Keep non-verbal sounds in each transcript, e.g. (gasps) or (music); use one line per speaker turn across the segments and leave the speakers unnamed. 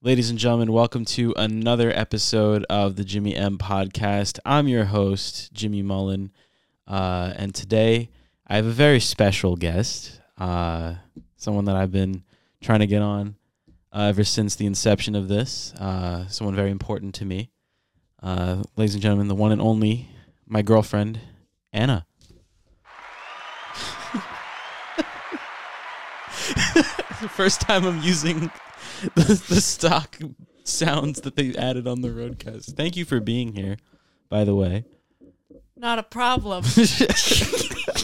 Ladies and gentlemen, welcome to another episode of the Jimmy M podcast. I'm your host, Jimmy Mullen. Uh, and today I have a very special guest, uh, someone that I've been trying to get on uh, ever since the inception of this, uh, someone very important to me. Uh, ladies and gentlemen, the one and only, my girlfriend, Anna. (laughs) the first time I'm using (laughs) the, the stock sounds that they added on the roadcast. Thank you for being here, by the (laughs) way.
Not a problem. (laughs)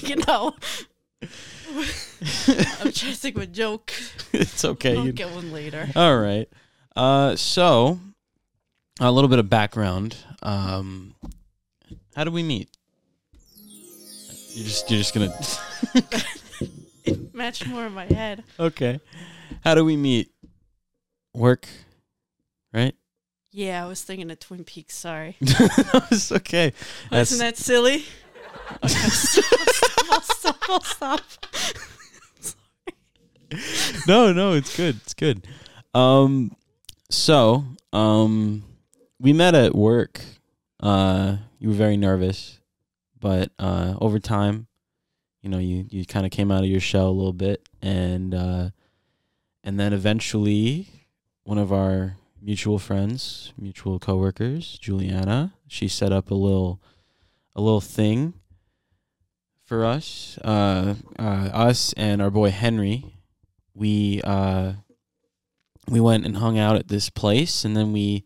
you know.
(laughs)
I'm trying to think of a joke.
it's okay.
I'll
you-
get one later.
All right. Uh, so, a little bit of background. Um, how did we meet? You're just you're just gonna
Match more in my head.
(laughs) okay. How do we meet? Work, right? (laughs)
Yeah, I was thinking of Twin Peaks. Sorry.
it's okay. That's
Isn't that silly? (laughs) Okay, stop, stop, stop, stop.
(laughs) no, no, it's good. It's good. Um, so, um, we met at work. Uh, you were very nervous, but uh, over time, you know, you you kind of came out of your shell a little bit, and uh, and then eventually, one of our mutual friends, mutual coworkers, Juliana, she set up a little a little thing for us, uh, uh, us and our boy Henry, we uh we went and hung out at this place and then we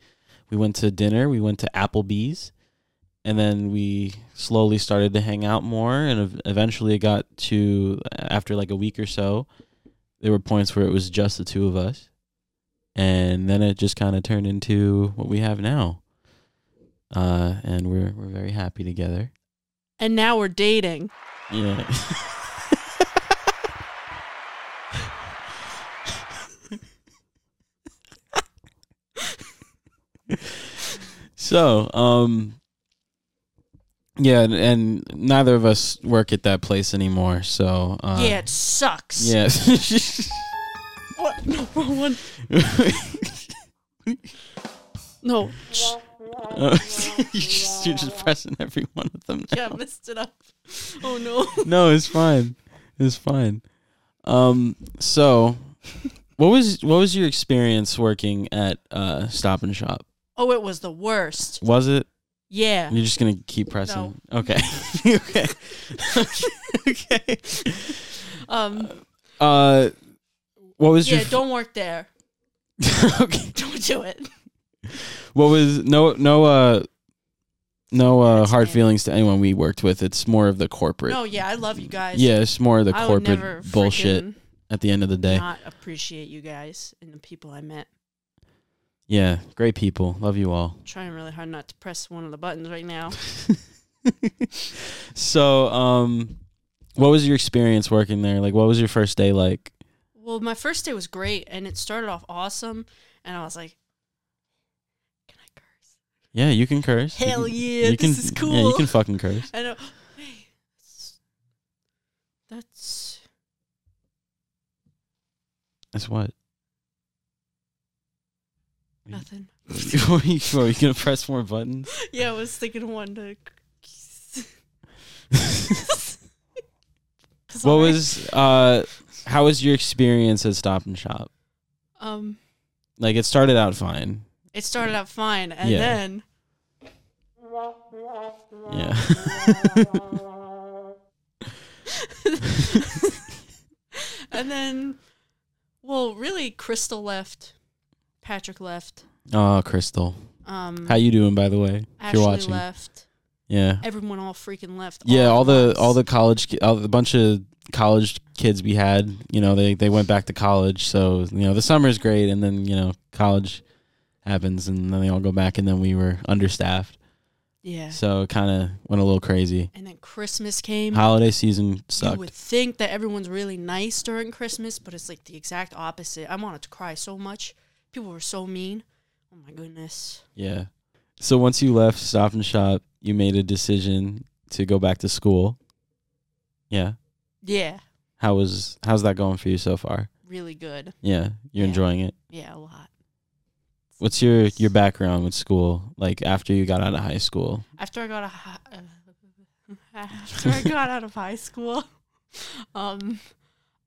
we went to dinner we went to applebee's and then we slowly started to hang out more and ev- eventually it got to after like a week or so there were points where it was just the two of us and then it just kind of turned into what we have now uh and we're we're very happy together
And now we're dating.
yeah (laughs) So, um, yeah, and, and neither of us work at that place anymore. So, uh,
yeah, it sucks.
(laughs) yeah.
What? No, wrong one. No. (laughs) Shh.
Uh, you just, you're just pressing every one of them.
Yeah, I messed it up. Oh no.
No, it's fine. It's fine. Um, so what was what was your experience working at uh, Stop and Shop?
Oh, it was the worst.
Was it?
Yeah.
You're just gonna keep pressing. Okay. (laughs) okay.
(laughs)
okay.
Um.
Uh, what was
Yeah.
your?
Don't work there.
(laughs) okay.
Don't do it.
What was no no uh no uh
That's
hard
it.
feelings to anyone we worked with. It's more of the corporate.
No. Yeah, I love you guys.
yeah, it's more of the
I would never
corporate bullshit
freaking
at the end of the day.
Not appreciate you guys and the people I met.
Yeah, great people. Love you all.
I'm trying really hard not to press one of the buttons right now.
so, um what was your experience working there? Like what was your first day like?
Well, my first day was great, and it started off awesome, and I was like, "Can I curse?"
Yeah, you can curse. You
Hell
can-
yeah,
you can,
this is
Yeah,
cool.
you can fucking curse.
I know. Hey, that's, that's
That's what. (laughs)
nothing. (laughs)
Are you, what, you gonna press more buttons?
yeah, I was thinking of one to. (laughs)
(laughs) What
Sorry.
was uh how was your experience at Stop and Shop?
um?
Like it started out fine.
It started out fine, and
Yeah.
then
Yeah. (laughs)
and then, well, really, Crystal left, Patrick left,
oh, Crystal.
um,
How you doing by the way? If
Ashley
you're watching.
left.
Yeah.
Everyone all freaking left.
Yeah,
at
all the
once.
all the college ki- all the bunch of college kids we had, you know, they they went back to college, so you know, the summer's great and then, you know, college happens and then they all go back and then we were understaffed.
yeah,
So it kind of went a little crazy.
and then Christmas came.
Holiday season
You
sucked.
would think that everyone's really nice during Christmas, but it's like the exact opposite. I wanted to cry so much. People were so mean. Oh my goodness.
Yeah. So once you left Stop and Shop, you made a decision to go back to school. Yeah.
Yeah,
How was how's that going for you so far?
really good.
Yeah, you're
Yeah.
enjoying it.
Yeah, a lot.
What's your your background with school? Like after you got out of high school?
after I got a hi- uh, after I got out of high school, um,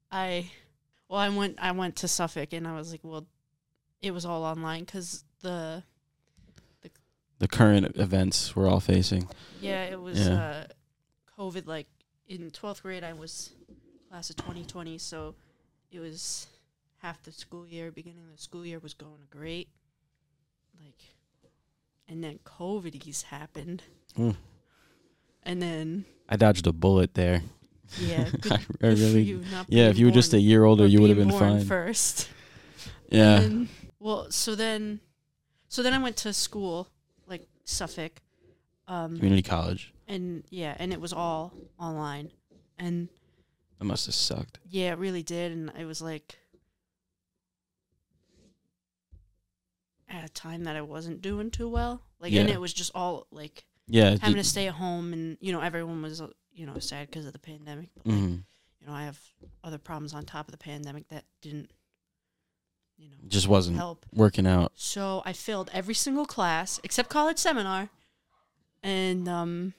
I well I went I went to Suffolk and I was like, well, it was all online because the
The current events we're all facing.
yeah it was
Yeah.
uh, COVID like in twelfth grade I was class of twenty twenty so it was half the school year beginning of the school year was going great like and then COVIDies happened
Mm.
and then
I dodged a bullet there.
yeah good
I, I
Good for
really.
you not
yeah, if
being
you were just a
born-
year older,
for
you would have
being
been
born
fine.
First,
yeah.
And- well, so then, so then I went to school like Suffolk, um,
Community college.
and yeah, and it was all online, and
That must have sucked.
yeah, it really did, and it was like at a time that I wasn't doing too well, like, and
Yeah.
it was just all like
Yeah.
having to stay at home, and you know, everyone was uh, you know sad because of the pandemic, but like,
hmm
you know, I have other problems on top of the pandemic that didn't, you know,
Just wasn't
help.
working out.
So I failed every single class except college seminar, and um,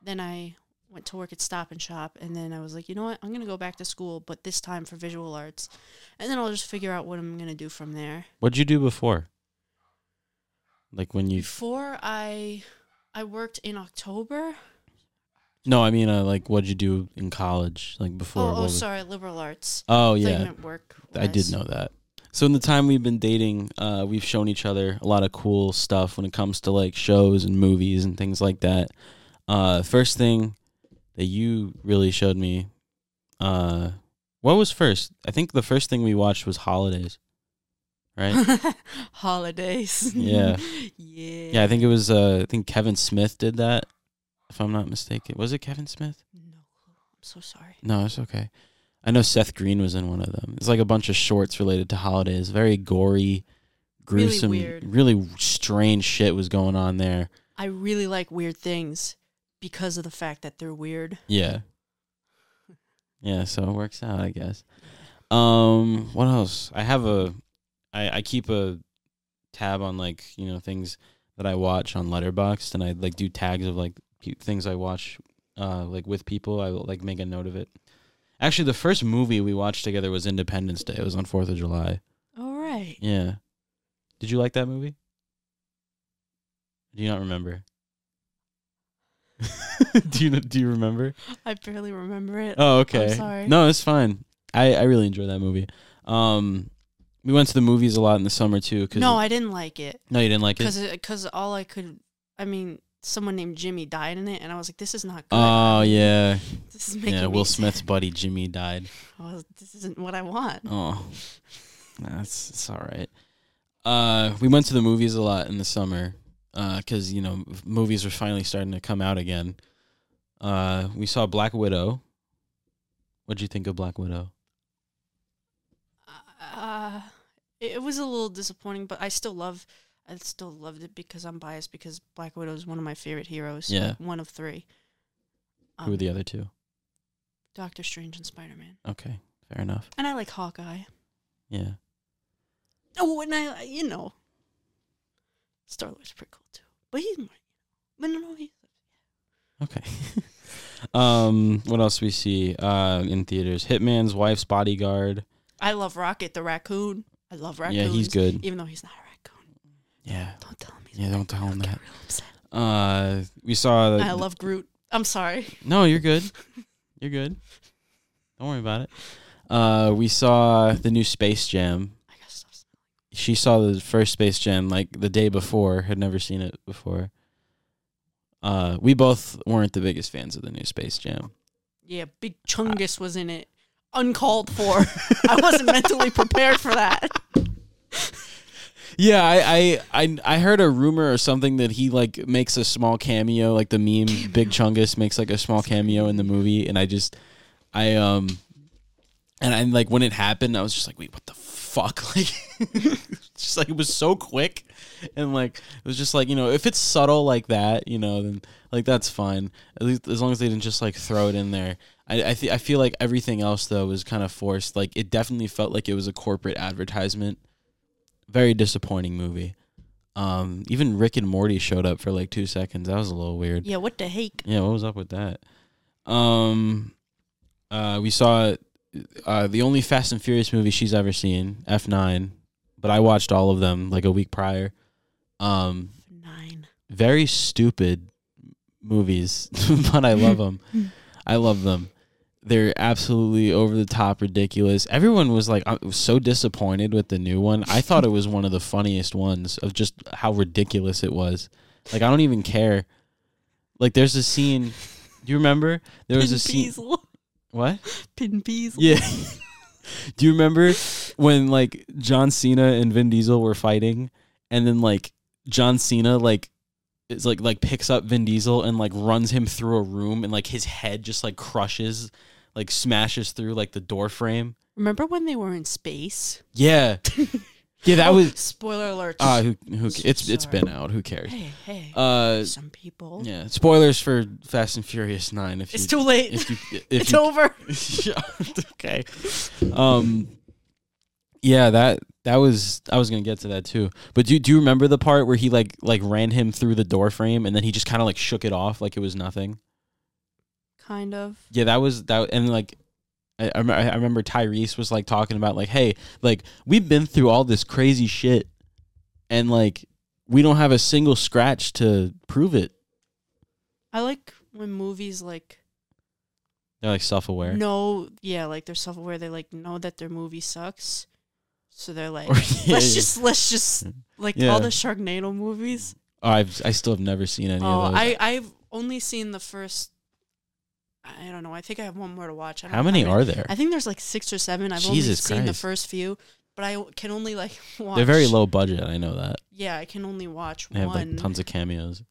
then I went to work at Stop and Shop, and then I was like, you know what, I'm gonna go back to school, but this time for visual arts, and then I'll just figure out what I'm gonna do from there.
What'd you do before? Like when you?
Before I, I worked in October.
No, I mean, uh, like what'd you do in college? Like before?
Oh,
what
oh,
was-
sorry, liberal arts.
Oh
I thought you
yeah,
meant work.
I did
was.
know that. So in the time we've been dating, uh, we've shown each other a lot of cool stuff when it comes to like shows and movies and things like that. Uh, first thing that you really showed me, uh, what was first? I think the first thing we watched was Holidays, right?
(laughs) Holidays.
Yeah.
(laughs) yeah.
yeah, I think it was. Uh, I think Kevin Smith did that, if I'm not mistaken. Was it Kevin Smith?
No clue. I'm so sorry.
No, it's okay. I know Seth Green was in one of them. It's like a bunch of shorts related to holidays. Very gory,
Really
gruesome,
weird.
really strange shit was going on there.
I really like weird things because of the fact that they're weird.
Yeah. Yeah, so it works out, I guess. Um, what else? I have a I, I keep a tab on like, you know, things that I watch on Letterboxd and I like do tags of like pe- things I watch uh like with people. I like make a note of it. Actually, the first movie we watched together was Independence Day. It was on 4th of July.
All right.
Yeah. Did you like that movie? Do you not remember? (laughs) do you do you remember?
(laughs) I barely remember it.
Oh, okay.
sorry.
No, it's fine. I, I really enjoy that movie. Um, we went to the movies a lot in the summer too. Cause
no, I didn't like it
no, you didn't like it.
because because all I could, I mean, someone named Jimmy died in it, and I was like, this is not good.
Oh yeah,
this is making
yeah.
me
Will
sad.
Smith's buddy Jimmy died.
I was- this isn't what I want.
Oh, that's it's all right. Uh, we went to the movies a lot in the summer because you know f- movies were finally starting to come out again. Uh, we saw Black Widow. What'd you think of Black Widow?
Uh, it it was a little disappointing, but I still love. I still loved it because I'm biased because Black Widow is one of my favorite heroes.
Yeah.
one of three.
Who were
Um,
the other two?
Doctor Strange and Spider Man,
Okay, fair enough.
and I like Hawkeye.
Yeah.
Oh, and I, I- you know, Star Lord's pretty cool too. But he's more, but no, no, he's
Okay. um, what else we see uh, in theaters? Hitman's Wife's Bodyguard.
I love Rocket the raccoon. I love raccoons.
Yeah, he's good.
Even though he's not a raccoon,
Yeah.
don't tell him. He's
Yeah, don't tell him
I'll get
that.
real upset.
Uh, we saw.
I love Groot. I'm sorry.
No, you're
(laughs)
good. You're good. Don't worry about it. Uh, we saw the new Space Jam.
I gotta stop. smiling.
She saw the first Space Jam like the day before. Had never seen it before. Uh, we both weren't the biggest fans of the new Space Jam.
Yeah, Big Chungus was in it,
(laughs)
uncalled for. I wasn't mentally prepared for that.
Yeah, I, I I I heard a rumor or something that he like makes a small cameo, like the meme Big Chungus makes like a small cameo in the movie, and I just I um and I like when it happened, I was just like, wait, what the fuck? (laughs) Like (laughs) just like it was so quick and like it was just like, you know, if it's subtle like that, you know, then like that's fine. At least as long as they didn't just like throw it in there. I I, th- I feel like everything else though was kind of forced. Like it definitely felt like it was a corporate advertisement very disappointing movie. Um, even Rick and Morty showed up for like two seconds. That was a little weird.
Yeah, what the heck?
Yeah, what was up with that? Um, uh, we saw uh, the only Fast and Furious movie she's ever seen, F nine, but I watched all of them like a week prior. Um,
Nine.
very stupid movies, (laughs) but I love them. I love them. They're absolutely over the top, ridiculous. Everyone was like I was so disappointed with the new one. I thought it was one of the funniest ones of just how ridiculous it was. Like I don't even care. Like there's a scene. Do you remember? There was
(laughs) Pin
a scene.
Peasel.
What?
Pin Peasel.
Yeah. (laughs) Do you remember when like John Cena and Vin Diesel were fighting and then like John Cena like is like like picks up Vin Diesel and like runs him through a room and like his head just like crushes like smashes through like the door frame?
Remember when they were in space?
(laughs) Yeah. Yeah, that
Oh,
(laughs) was
spoiler alert.
uh who who ca- it's it's
Sorry.
been out, who cares?
hey, hey.
Uh
Some people.
yeah, spoilers for Fast and Furious 9 if you
It's too
(laughs)
late. (laughs)
if you if
it's
you
over.
(laughs) yeah, okay. Um, yeah that that was I was gonna get to that too. But do do you remember the part where he like like ran him through the door frame and then he just kind of like shook it off like it was nothing?
Kind of.
Yeah, that was that and like. I, I rem- I remember Tyrese was like talking about like, hey, like we've been through all this crazy shit, and like we don't have a single scratch to prove it.
I like when movies like
They're like self-aware,
know, yeah, like they're self-aware. They like know that their movie sucks, so they're like,
Or- (laughs) yeah,
let's
yeah.
just let's
(laughs)
just like
Yeah.
all the Sharknado movies.
Oh, I've I still have never seen any
Oh,
of those.
I I've only seen the first. I don't know. I think I have one more to watch. I don't
how many
know
are there?
I think there's like six or seven. I've
Jesus
only seen the
Christ.
first few, but I can only like (laughs) watch.
They're very low budget. I know that.
Yeah, I can only watch
They have
one.
like tons of cameos.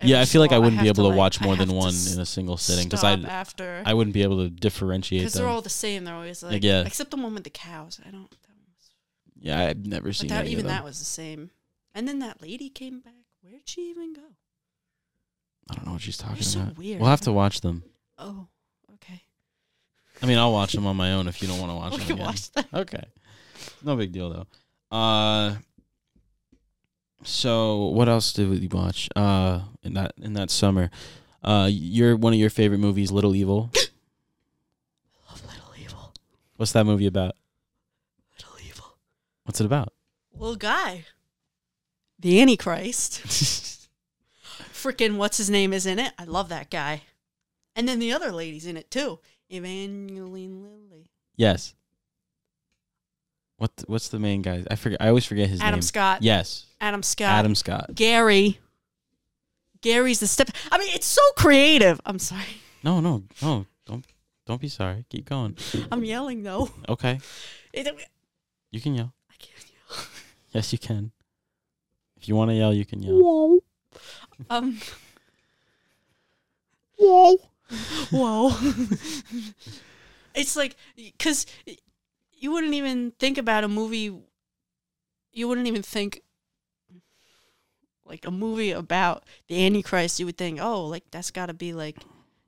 every
yeah, I feel like
so-
I wouldn't
have
be able to,
like-
watch
I
more than
have to
one in a single sitting because
stop
I
after
I wouldn't be able to differentiate
because
them.
they're all the same. They're always like
yeah.
except the one with the cows. I don't. That one was
yeah, I've never
But
seen
that,
any
even
of them.
that was the same. And then that lady came back. Where'd she even go?
I don't know what she's talking
They're so
about.
weird.
We'll have to watch them.
Oh, okay.
I mean, I'll watch them on my own if you don't want to watch
we
them.
can
again.
watch that.
Okay, no big deal though. Uh, so what else did we watch? Uh, in that in that summer, uh, your one of your favorite movies, Little
(laughs)
Evil.
Love Little Evil.
What's that movie about?
Little Evil.
What's it
(laughs)
about?
Little guy. The Antichrist. Freaking what's his name is in it. I love that guy. And then the other lady's in it too. Evangeline Lilly.
Yes. What th- what's the main guy? I forget. I always forget his
Adam
name.
Scott.
Yes,
Adam Scott.
Adam Scott.
Gary. Gary's the step. I mean, it's so creative. I'm sorry.
No, no, no. Don't don't be sorry. Keep going.
I'm yelling (laughs) though.
Okay,
It- I
you can yell.
can't yell.
Yes, you can. If you want to yell, you can yell.
Whoa. Um. (laughs) Whoa. Whoa. (laughs) it's like, because you wouldn't even think about a movie, you wouldn't even think like a movie about the Antichrist. You would think, oh, like that's got to be like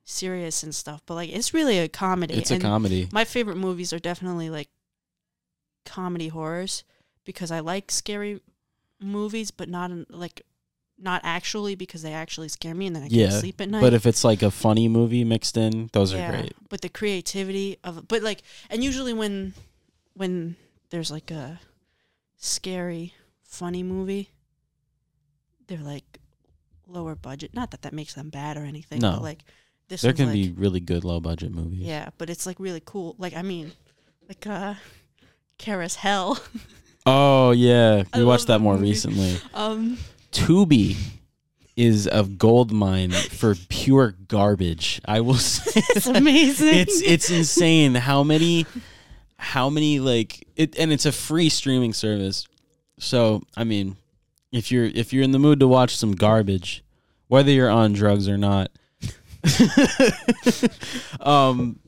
serious and stuff. But like, it's really a comedy.
It's a
and
comedy.
my favorite movies are definitely like comedy horrors because I like scary movies, but not in, like not actually because they actually scare me and then I
Yeah,
can't sleep at night.
But if it's like a funny movie mixed in, those are great.
But the creativity of but like and usually when when there's like a scary funny movie, they're like lower budget. Not that that makes them bad or anything.
No.
but like this
There
one's
can
like,
be really good low budget movies.
yeah, but it's like really cool. Like I mean, like uh Kara's Hell.
Oh yeah,
I
we watched that
love that
more
movie.
recently.
(laughs) Um
Tubi is a gold mine for pure garbage. I will (laughs) say.
(laughs) it's amazing.
it's it's insane how many how many like it and it's a free streaming service so i mean if you're if you're in the mood to watch some garbage whether you're on drugs or not (laughs) um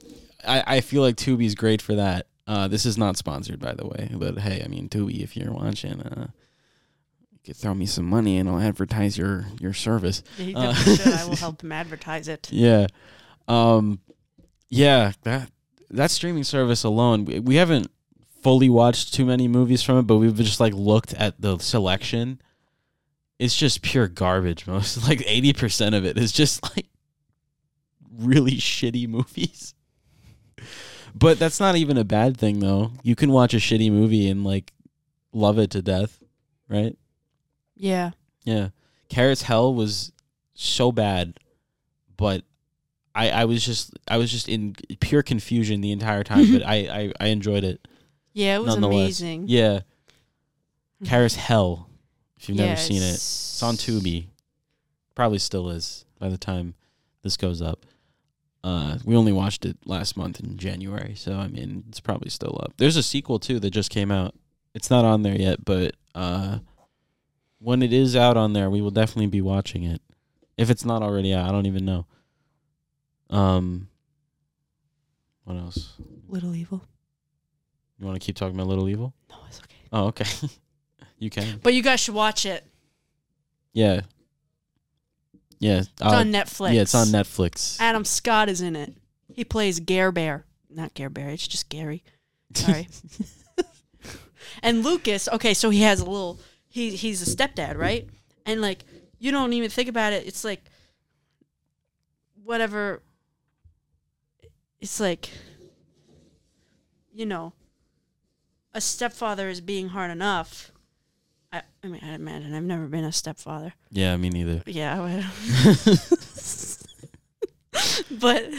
i i feel like tubi's great for that uh this is not sponsored by the way but hey i mean tubi if you're watching uh you could throw me some money and i'll advertise your your service
He
uh,
definitely should. I (laughs) will help him advertise it.
yeah. Um yeah, that that streaming service alone we, we haven't fully watched too many movies from it, but we've just like looked at the selection. It's just pure garbage. Most (laughs) like eighty percent of it is just like really shitty movies. But that's not even a bad thing though. You can watch a shitty movie and like love it to death, right?
Yeah.
Yeah. Carrots Hell was so bad, but I I was just I was just in pure confusion the entire time,
(laughs)
but I, I I enjoyed it.
Yeah, it was
Nonetheless.
amazing.
Yeah. Carrots Hell, if you've never seen it.
It's
It's on Tubi. Probably still is by the time this goes up. Uh, we only watched it last month in January, so I mean it's probably still up. There's a sequel too that just came out. It's not on there yet, but uh, when it is out on there, we will definitely be watching it. If it's not already out, I don't even know. Um, what else?
Little Evil.
You want to keep talking about Little Evil?
No, it's okay.
Oh, okay. (laughs) you can.
But you guys should watch it.
Yeah. Yeah. uh,
Uh, It's on Netflix.
Yeah, it's on Netflix.
Adam Scott is in it. He plays Gare Bear. Not Gare Bear, it's just Gary. Sorry. (laughs) and Lucas, okay, so he has a little he he's a stepdad, right? And like you don't even think about it. It's like whatever it's like you know a stepfather is being hard enough. I, I mean, I imagine I've never been a stepfather.
(laughs) Yeah, me
(laughs)
neither.
Yeah, I would. (laughs) but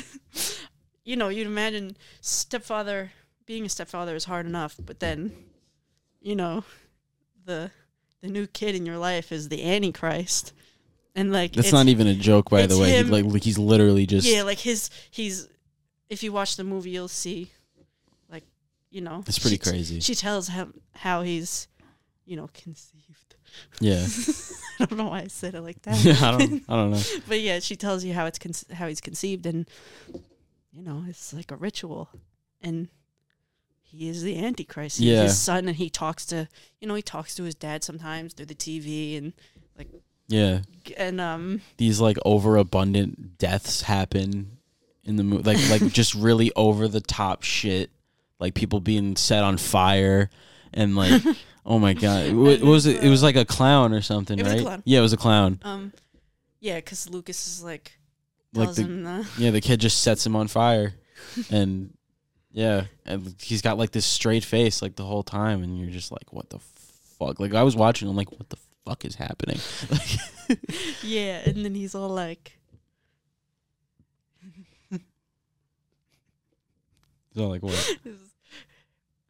you know, you'd imagine stepfather being a stepfather is hard enough, but then you know, the the new kid in your life is the antichrist. And like
That's
it's-
not even a joke, by the
it's
way. He-
him-
like, like he's literally just
Yeah, like his he's if you watch the movie you'll see like you know
It's pretty
she t-
crazy.
She tells him how he's, you know, conceived.
yeah.
I don't know why I said it like (laughs) that.
yeah. (laughs) I don't I don't know.
but yeah, she tells you how it's con- how he's conceived, and you know it's like a ritual, and he is the Antichrist. He's
Yeah.
his son, and he talks to you know he talks to his dad sometimes through the TV, and
Yeah,
and um
these like overabundant deaths happen in the movie, like
(laughs)
like just really over the top shit, like people being set on fire and like. Oh my god! What, what was it? It was like a clown or something,
It was a
right?
clown.
Yeah, it was a clown.
(laughs) um yeah, because Lucas is like
Like
tells
the
him the, (laughs)
yeah, the kid just sets him on fire, and yeah, and he's got like this straight face like the whole time, and you're just like, what the fuck? Like I was watching, I'm like, what the fuck is happening?
yeah, and then he's all like
So like
(laughs)
what?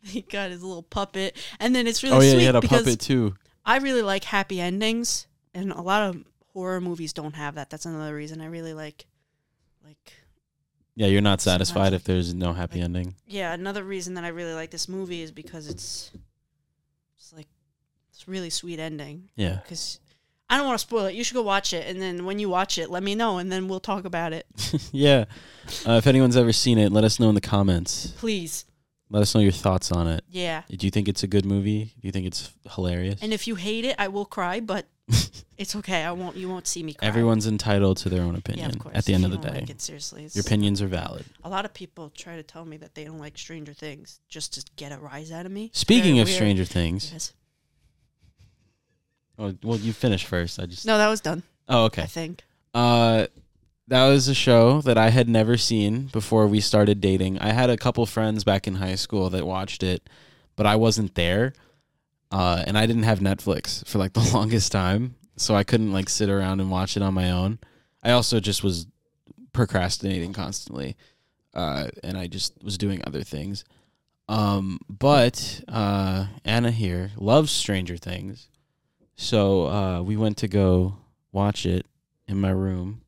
he got his little puppet, and then it's really
oh yeah,
sweet
he had a
because
puppet too.
I really like happy endings, and a lot of horror movies don't have that. That's another reason I really like, like,
Yeah, you're not
Sometimes
satisfied if
I-
there's no happy
like-
ending.
yeah. Another reason that I really like this movie is because it's, it's like, it's really sweet ending.
Yeah, (laughs)
Because I don't want to spoil it. You should go watch it, and then when you watch it, let me know, and then we'll talk about it,
yeah. Uh, if anyone's ever seen it, let us know in the comments.
please.
Let us know your thoughts on it.
Yeah.
Do you think it's a good movie? Do you think it's hilarious?
And if you hate it, I will cry, but
(laughs)
it's okay. I won't. You won't see me cry.
Everyone's entitled to their own opinion.
Yeah, of course.
At the end
If
of the
you don't
day,
like it, seriously, it's-
your opinions are valid.
A lot of people try to tell me that they don't like Stranger Things just to get a rise out of me. It's
Speaking
very
of
weird.
Stranger Things,
Yes.
oh, well, you finish first. I just
No, that was done.
oh
I
okay.
think.
Uh, that was a show that I had never seen before we started dating. I had a couple friends back in high school that watched it, but I wasn't there. Uh, and I didn't have Netflix for like (laughs) the longest time, so I couldn't like sit around and watch it on my own. I also just was procrastinating constantly, uh, and I just was doing other things. Um, but uh, Anna here loves Stranger Things, so uh, we went to go watch it in my room.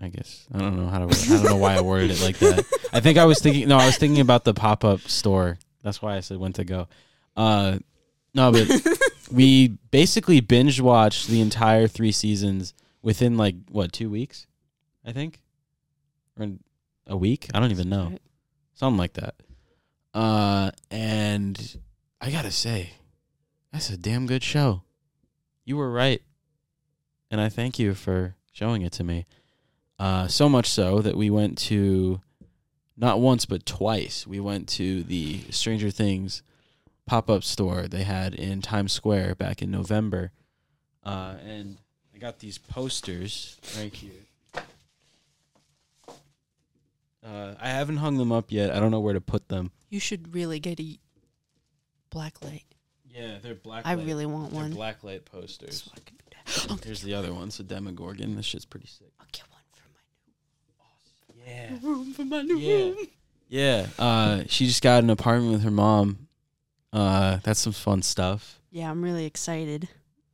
I guess I don't know how to. Word, I don't know why I worded it like that. I think I was thinking. No, I was thinking about the pop up store. That's why I said when to go. Uh, no, (laughs) but we basically binge watched the entire three seasons within like what two weeks, I think, or a week. I don't even know something like that. Uh, and I gotta say, that's a damn good show. You were right, and I thank you for showing it to me. Uh, so much so that we went to not once but twice we went to the Stranger Things pop up store they had in Times Square back in November, uh, and I got these posters right here. Uh, I haven't hung them up yet. I don't know where to put them.
You should really get a black light.
Yeah, they're black.
I really want one.
blacklight posters.
So I can do that. (gasps) I'll,
Here's the other one. It's a Demogorgon. This shit's pretty sick.
I'll get one for my
Yeah.
new room. For my new
Yeah.
room. (laughs)
Yeah. Uh, she just got an apartment with her mom. Uh, that's some fun stuff.
Yeah, I'm really excited.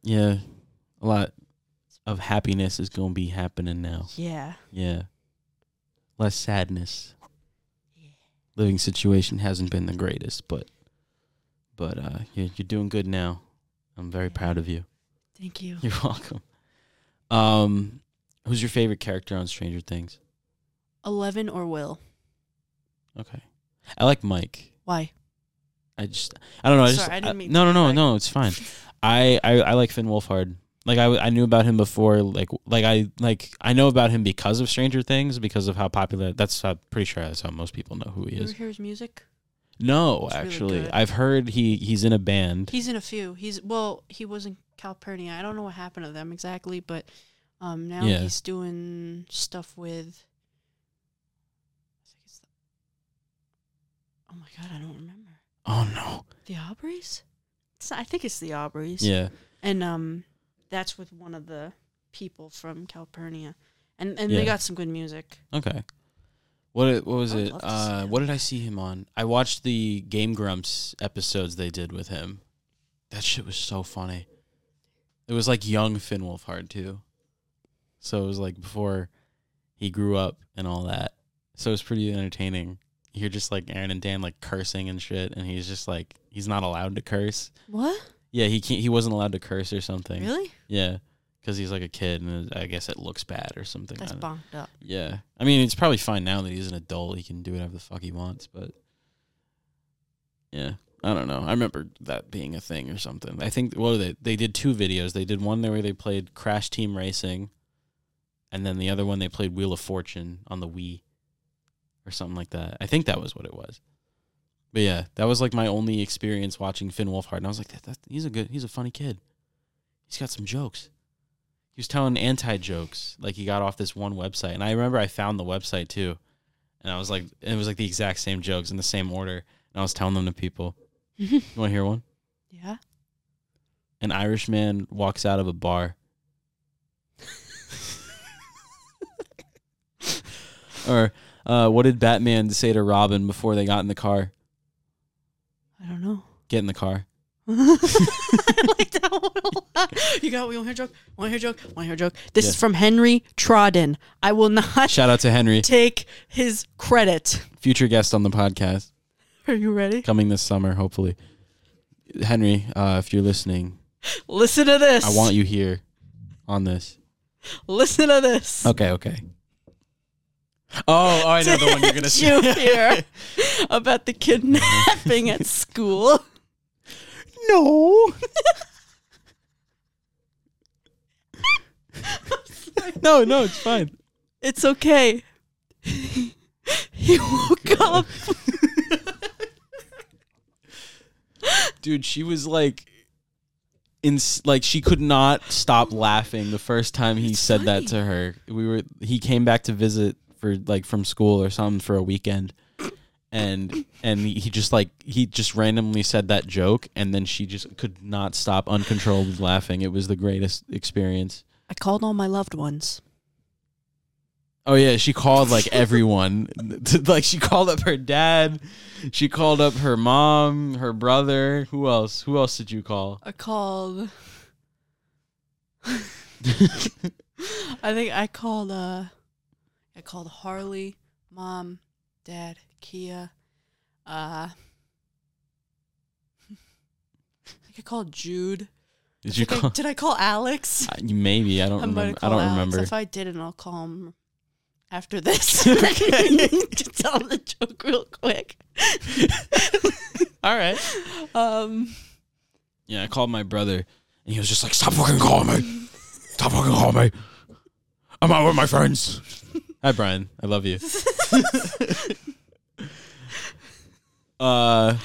Yeah. A lot of happiness is going to be happening now.
Yeah.
Yeah. Less sadness.
Yeah.
Living situation hasn't been the greatest, but but uh, you're, you're doing good now. I'm very proud of you. (laughs)
Thank you.
You're welcome. Um, who's your favorite character on Stranger Things?
Eleven or Will?
Okay. I like Mike.
Why?
I just I don't know. I
Sorry,
just
I didn't mean to
no no no
interrupt.
no. It's
(laughs)
fine. I, I I like Finn Wolfhard. Like I I knew about him before. Like like I like I know about him because of Stranger Things because of how popular. That's how pretty sure that's how most people know who he
You ever
is.
hear his music?
No,
It's really
actually,
good.
I've heard he he's in a band.
He's in a few. He's well, he was in Calpurnia. I don't know what happened to them exactly, but um now
Yeah.
he's doing stuff with I think it's the Oh my god, I don't remember.
oh no.
The Aubreys? It's, I think it's the Aubreys.
Yeah.
And um that's with one of the people from Calpurnia. And and
Yeah.
they got some good music.
Okay. What it- what was
I would
it?
love to see
Uh,
him.
what did I see him on? I watched the Game Grumps episodes they did with him. That shit was so funny. It was like young Finn Wolfhard too. So it was like before he grew up and all that. So it was pretty entertaining. You hear just like Aaron and Dan like cursing and shit, and he's just like he's not allowed to curse.
What?
Yeah, he can't. He wasn't allowed to curse or something.
Really?
Yeah, because he's like a kid, and I guess it looks bad or something.
That's
I don't-
bonked (laughs) up.
yeah. I mean, it's probably fine now that he's an adult. He can do whatever the fuck he wants, but yeah. I don't know. I remember that being a thing or something. I think what are they they did two videos. They did one there where they played Crash Team Racing and then the other one they played Wheel of Fortune on the Wii or something like that. I think that was what it was. But yeah, that was like my only experience watching Finn Wolfhard and I was like that, that he's a good he's a funny kid. He's got some jokes he was telling anti jokes like he got off this one website and i remember i found the website too and i was like and it was like the exact same jokes in the same order and i was telling them to people you want to hear one
yeah.
an irish man walks out of a bar (laughs) or uh, what did batman say to robin before they got in the car
I don't know. (laughs)
get in the car
I like that one a lot. You got, we want to hear a joke, want to hear a joke, want to hear a joke. This is
Yeah.
from Henry Trodden. I will not
(laughs) shout out to henry
take his credit.
future guest on the podcast
Are you
(laughs)
ready?
coming this summer hopefully henry uh, if you're listening
Listen to this.
I want you here on this.
Listen to this.
Okay, okay. Oh, oh I know the one you're gonna
(laughs) Did
say.
you hear about the kidnapping at school?
No. (laughs) no, no, it's fine.
It's okay. (laughs) he woke up.
Dude, she was like in like she could not stop laughing the first time he
It's
said
funny.
that to her. We were he came back to visit for like from school or something for a weekend. And and he he just like he just randomly said that joke and then she just could not stop uncontrollably laughing. It was the greatest experience.
I called all my loved ones.
Oh yeah, she called like everyone. (laughs) like she called up her dad, she called up her mom, her brother. Who else? Who else did you call?
I called. I think I called uh I called Harley, mom, dad, Kia. Uh I think I called Jude.
Did you
Did I,
call?
did I call Alex?
I- Maybe I don't
I might have
remember. I
called
don't
Alex.
remember.
If I didn't, I'll call him after this. (laughs)
Okay.
to tell him the joke real quick.
All right.
Um
Yeah, I called my brother, and he was just like, "Stop fucking calling me! Stop fucking calling me! I'm out with my friends." Hi, Brian. I love you. Uh,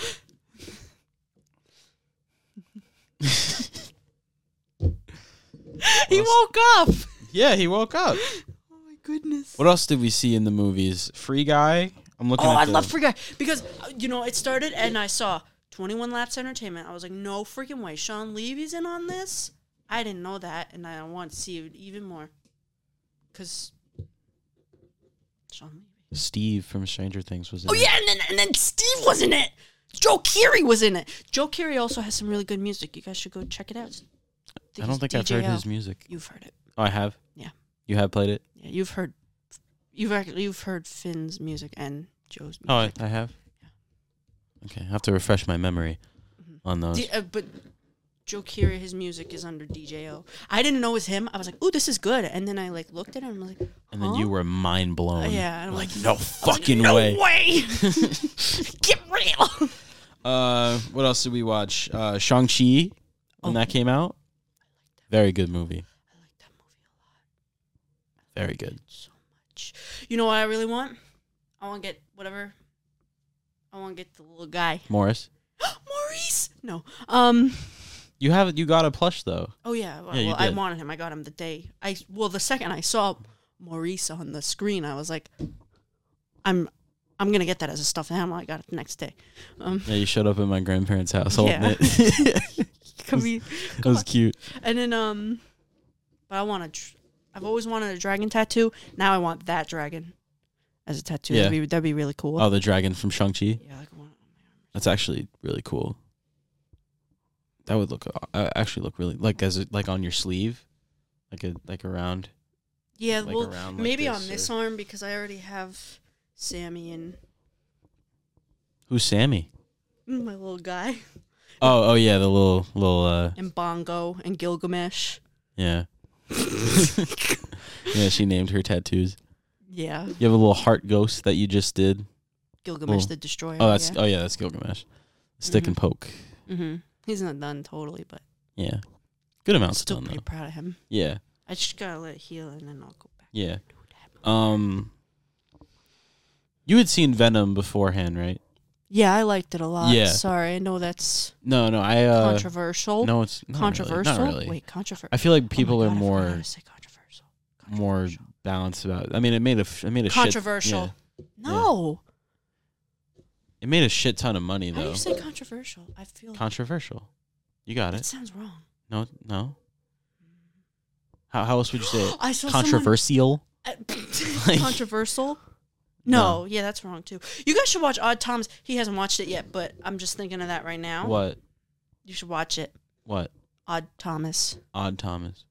he woke up.
yeah, he woke up.
Oh my goodness.
What else did we see in the movies? Free Guy. I'm looking.
Oh,
at
I
the-
love Free Guy because uh, you know it started and I saw 21 Laps Entertainment. I was like, no freaking way, Sean Levy's in on this. I didn't know that, and I want to see it even more because Sean Levy.
Steve from Stranger Things was. In
Oh
it.
yeah, and then and then Steve was in it. Joe Keery was in it. Joe Keery also has some really good music. You guys should go check it out.
I don't
it's
think I've heard
DJL.
his music.
You've heard it.
Oh, I have.
Yeah.
You have played it.
Yeah, you've heard. You've actually you've heard Finn's music and Joe's.
Oh, I,
music.
I have. Okay, I have to refresh my memory
Mhm.
on those.
D- uh, but Joe Kira, his music is under DJO. I didn't know it was him. I was like, "Ooh, this is good," and then I like looked at him. and I was like,
and then
huh?
you were mind blown.
yeah, and I'm
like
like, (laughs)
no
I was like,
fucking
no
way. (laughs)
(laughs) Get real. (laughs)
Uh, what else did we watch? Uh, Shang Chi when
Oh.
that came out. Very good movie.
I like that movie a lot.
Very good.
so much. You know what I really want? I want to get whatever. I want to get the little guy. (gasps)
Morris,
Maurice? No. Um.
you have you got a plush though.
Oh yeah. Well,
Yeah, you
well, I
did.
wanted him. I got him the day. I well, the second I saw Maurice on the screen, I was like, I'm, I'm gonna get that as a stuffed animal. I got it the next day. (laughs) Um.
Yeah, you showed up at my grandparents' house holding
Yeah.
it. (laughs)
Can we?
that was
(laughs)
cute.
And then um, but I want to. Tr- I've always wanted a dragon tattoo. Now I want that dragon as a tattoo.
Yeah.
That'd, be, that'd be really cool.
Oh, the dragon from Shang Chi.
Yeah, like I want
That's actually really cool. That would look uh, actually look really like as a, like on your sleeve, like a like around.
Yeah,
like
Uh, well,
around like
maybe on
or-
this arm because I already have Sammy and (laughs)
Who's Sammy?
my little guy
Oh, oh yeah, the little little uh
and Bongo and Gilgamesh.
yeah. (laughs) yeah, she named her tattoos.
Yeah,
You have a little heart ghost that you just did.
Gilgamesh
Oh.
the Destroyer.
Oh, that's oh yeah, that's Gilgamesh. Stick
Mm-hmm.
and poke.
hmm He's not done totally, but
Yeah, good
I'm
amounts
still
done though.
pretty proud of him.
Yeah,
I just gotta let it heal and then I'll go back.
yeah.
and do that.
Um, you had seen Venom beforehand, right?
Yeah, I liked it a lot.
Yeah.
Sorry, I know that's
No, no, I uh,
controversial.
no, it's not
controversial.
Really, not really.
Wait, controversial.
I feel like people are
I forgot
more
to say controversial.
more
Controversial.
balanced about. I mean, it made a f- it made a
Controversial.
Shit,
No.
yeah. It made a shit ton of money
How do
though.
you say controversial? I feel
Controversial. You got
that
it.
sounds wrong.
No, no. How how else would you say it?
(gasps) I saw someone-
Controversial.
(laughs)
Like-
controversial. No, yeah, that's wrong too. You guys should watch Odd Tom's. He hasn't watched it yet, but I'm just thinking of that right now.
What
You should watch it.
what
Odd Thomas.
odd Thomas?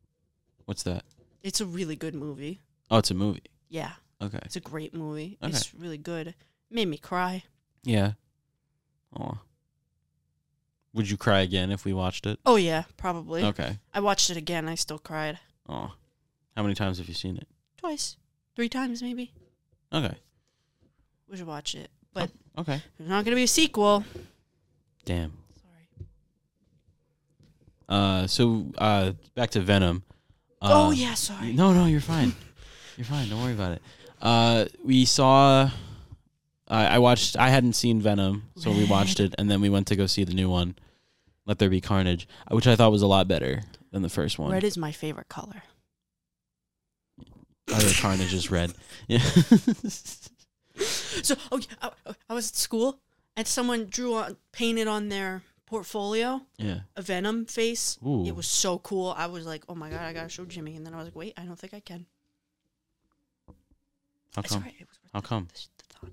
What's that?
It's a really good movie.
Oh, it's a movie.
Yeah,
Okay.
it's a great movie.
Okay.
It's really good. Made me cry.
Yeah. Aw. Would you cry again if we watched it?
Oh yeah, probably.
Okay.
I watched it again. I still cried
Aw. How many times have you seen it?
twice, three times maybe.
Okay.
We should watch it, but
Okay.
there's not gonna be a sequel.
Damn.
Sorry.
Uh, so uh, back to Venom.
oh
Uh,
yeah, sorry.
No, no, you're fine. (laughs) you're fine. Don't worry about it. Uh, we saw. I I watched. I hadn't seen Venom, so we watched it, and then we went to go see the new one, Let There Be Carnage, which I thought was a lot better than the first one.
Red is my favorite color.
Other Carnage is
(laughs)
red. Yeah. (laughs)
So, oh, yeah, I, I- I was at school and someone drew on painted on their portfolio
yeah.
a venom face.
Ooh.
It was so cool. I was like, "Oh my god, I gotta show Jimmy." And then I was like, "Wait, I don't think I can."
How
It's
come?
alright. It was worth
How
the-
come?
the sh- the thought.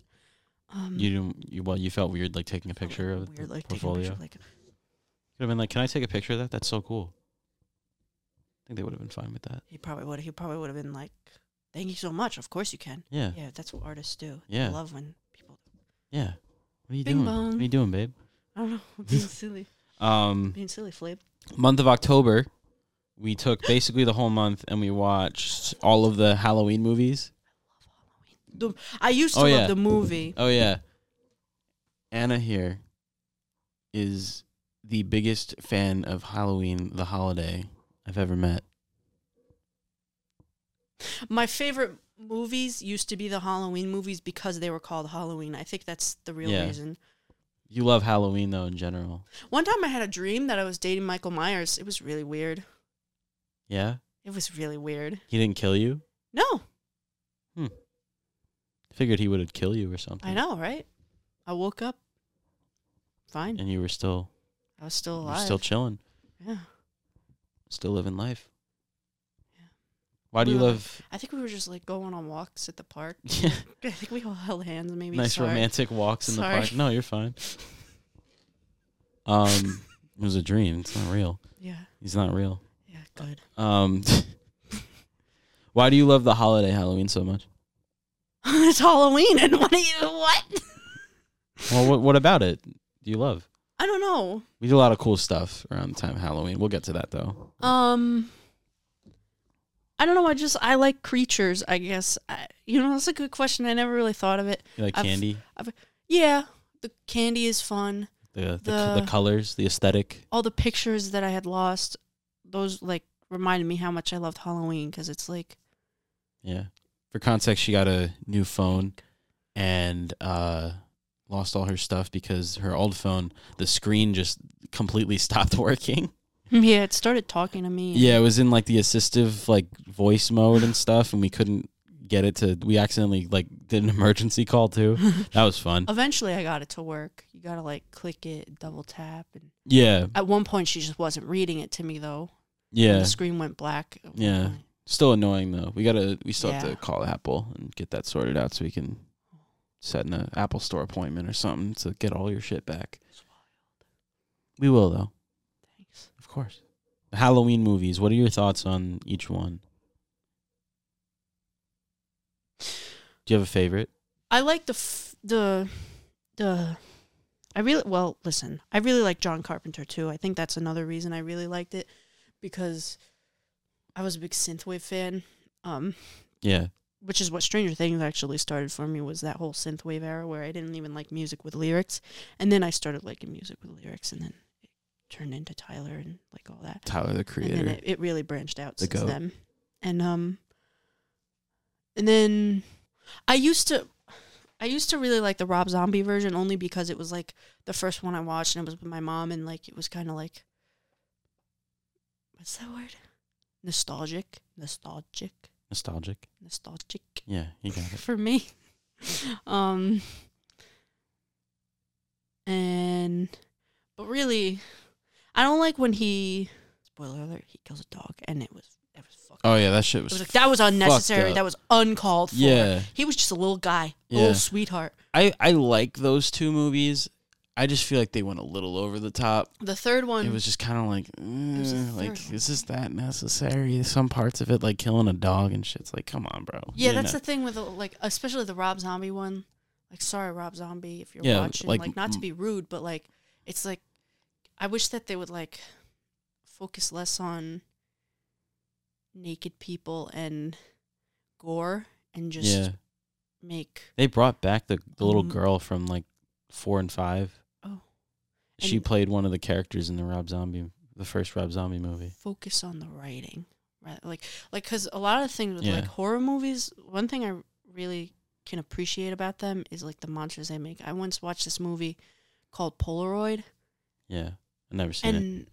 Um,
You didn't. You, well, you felt weird like taking a
I felt
picture of
weird,
the
like, taking a
portfolio.
picture of,
Could
like,
have been like, "Can I take a picture of that? That's so cool." I think they would have been fine with that.
he probably would. He probably would have been like, "Thank you so much. Of course you can."
Yeah.
Yeah, that's what artists do.
Yeah.
I love when people.
Yeah. What are you
Bing
doing? What
bong.
are you doing, babe?
I don't know. (laughs) I'm
(laughs)
being silly.
Um,
being silly, Flav.
month of October, we took basically the whole month and we watched all of the Halloween movies.
The, I used to
Oh,
love
yeah.
the movie.
Oh yeah. Anna here is the biggest fan of Halloween, the holiday I've ever met.
My favorite movies used to be the Halloween movies because they were called Halloween. I think that's the real
Yeah.
reason.
You love Halloween though in general.
One time I had a dream that I was dating Michael Myers. It was really weird.
Yeah?
It was really weird.
He didn't kill you?
No,
Figured he would kill you or something.
I know, right? I woke up. Fine.
And you were still
I was still
you were
alive.
still chilling.
yeah.
Still living life.
Yeah.
Why do
We
you
were-
love (laughs)
I think we were just like going on walks at the park. (laughs)
yeah,
I think we all held hands maybe.
nice
Sorry.
romantic walks in
Sorry.
the park? No, you're
(laughs)
fine. Um it was a dream. It's not real.
Yeah.
He's not real.
Yeah, good. (laughs)
Um, (laughs) why do you love the holiday Halloween so much?
it's Halloween and what are you what?
Well, what, what about it do you love?
I don't know.
We do a lot of cool stuff around the time of Halloween. We'll get to that though.
Um I don't know, I just I like creatures, I guess. I, you know, that's a good question. I never really thought of it.
You like
I've-
candy,
Yeah, the candy is fun.
the the, co- the
the-
colors, the aesthetic.
All the pictures that I had lost, those like reminded me how much I loved Halloween cuz it's like (laughs)
Yeah. For context, she got a new phone and uh, lost all her stuff because her old phone, the screen just completely (laughs) stopped working.
yeah, it started talking to me. (laughs)
Yeah, it was in like the assistive like voice mode and stuff, and we couldn't get it to. We accidentally like did an (laughs) emergency call too. That was fun.
Eventually, I got it to work. You gotta like click it, double tap, and
Yeah,
at one point she just wasn't reading it to me though. and
yeah.
the screen went black. at one
Yeah.
point.
Still annoying though. We gotta. We still have
Yeah.
to call Apple and get that sorted out so we can set an uh, Apple Store appointment or something to get all your shit back.
It's wild.
We will though,
Thanks.
of course. Halloween movies. What are your thoughts on each one? Do you have a favorite?
I like the f- the the. I really well listen. I really like John Carpenter too. I think that's another reason I really liked it because I was a big synthwave fan. Um,
Yeah.
which is what Stranger Things actually started for me was that whole synthwave era where I didn't even like music with lyrics, and then I started liking music with lyrics, and then it turned into Tyler and like all that.
Tyler the
And
Creator.
then it, it really branched out
The
since
goat.
then. And um and then I used to I used to really like the Rob Zombie version only because it was like the first one I watched and it was with my mom and like it was kind of like what's that word? Nostalgic, nostalgic,
Nostalgic.
nostalgic
Yeah, you got it.
for me. (laughs) Um and but really I don't like when he spoiler alert, he kills a dog and it was that was fucking
Oh yeah, that shit
it
was.
was like that was
fucked
unnecessary.
up.
That was uncalled for.
yeah.
He was just a little guy, a
Yeah.
little sweetheart.
I I like those two movies. I just feel like they went a little over the top.
The third one
it was just kind of like,
was the
"Eh, like,
third one.
is this that necessary? Some parts of it, like killing a dog and shit's like, come on, bro.
Yeah,
You
that's
know.
the thing with the, like especially the Rob Zombie one. Like sorry Rob Zombie if you're
Yeah,
watching
like,
like, not to
m-
be rude but like it's like I wish that they would like focus less on naked people and gore and just
yeah.
make
They brought back the, the little
Um,
girl from like four and five.
oh
She
and-
played one of the characters in the Rob Zombie, the first Rob Zombie movie.
focus on the writing rather like like cuz a lot of things with like
Yeah.
horror movies one thing I really can appreciate about them is like the monsters they make. I once watched this movie called Polaroid
Yeah, I never seen it.
and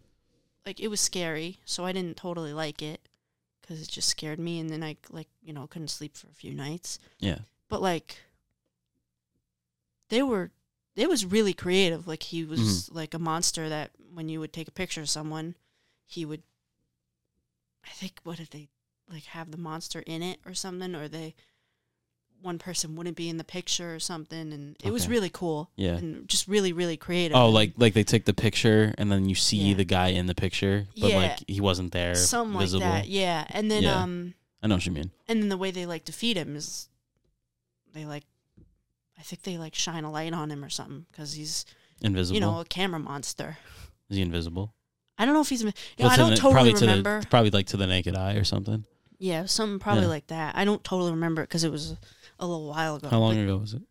like it was scary so i didn't totally like it because it just scared me and then i like you know couldn't sleep for a few nights
Yeah,
but like they were it was really creative like he was
Mm-hmm.
like a monster that when you would take a picture of someone he would i think what did they like have the monster in it or something or they one person wouldn't be in the picture or something and it was
Okay.
really cool
yeah.
and just really really creative
Oh,
and-
like like they take the picture and then you see
Yeah.
the guy in the picture, but
Yeah.
like he wasn't there,
something
visible.
like that. Yeah, and then
Yeah.
um,
I know what you mean.
and then the way they like defeat him is they like, I think they like shine a light on him or something because he's
Invisible.
you know a camera monster.
Is he invisible?
I don't know if he's you know,
Well,
I
to
don't
the-
totally
probably to
remember.
the probably like to the naked eye or something.
yeah, something probably
Yeah.
like that. I don't totally remember because it was a little while ago.
How long ago was it?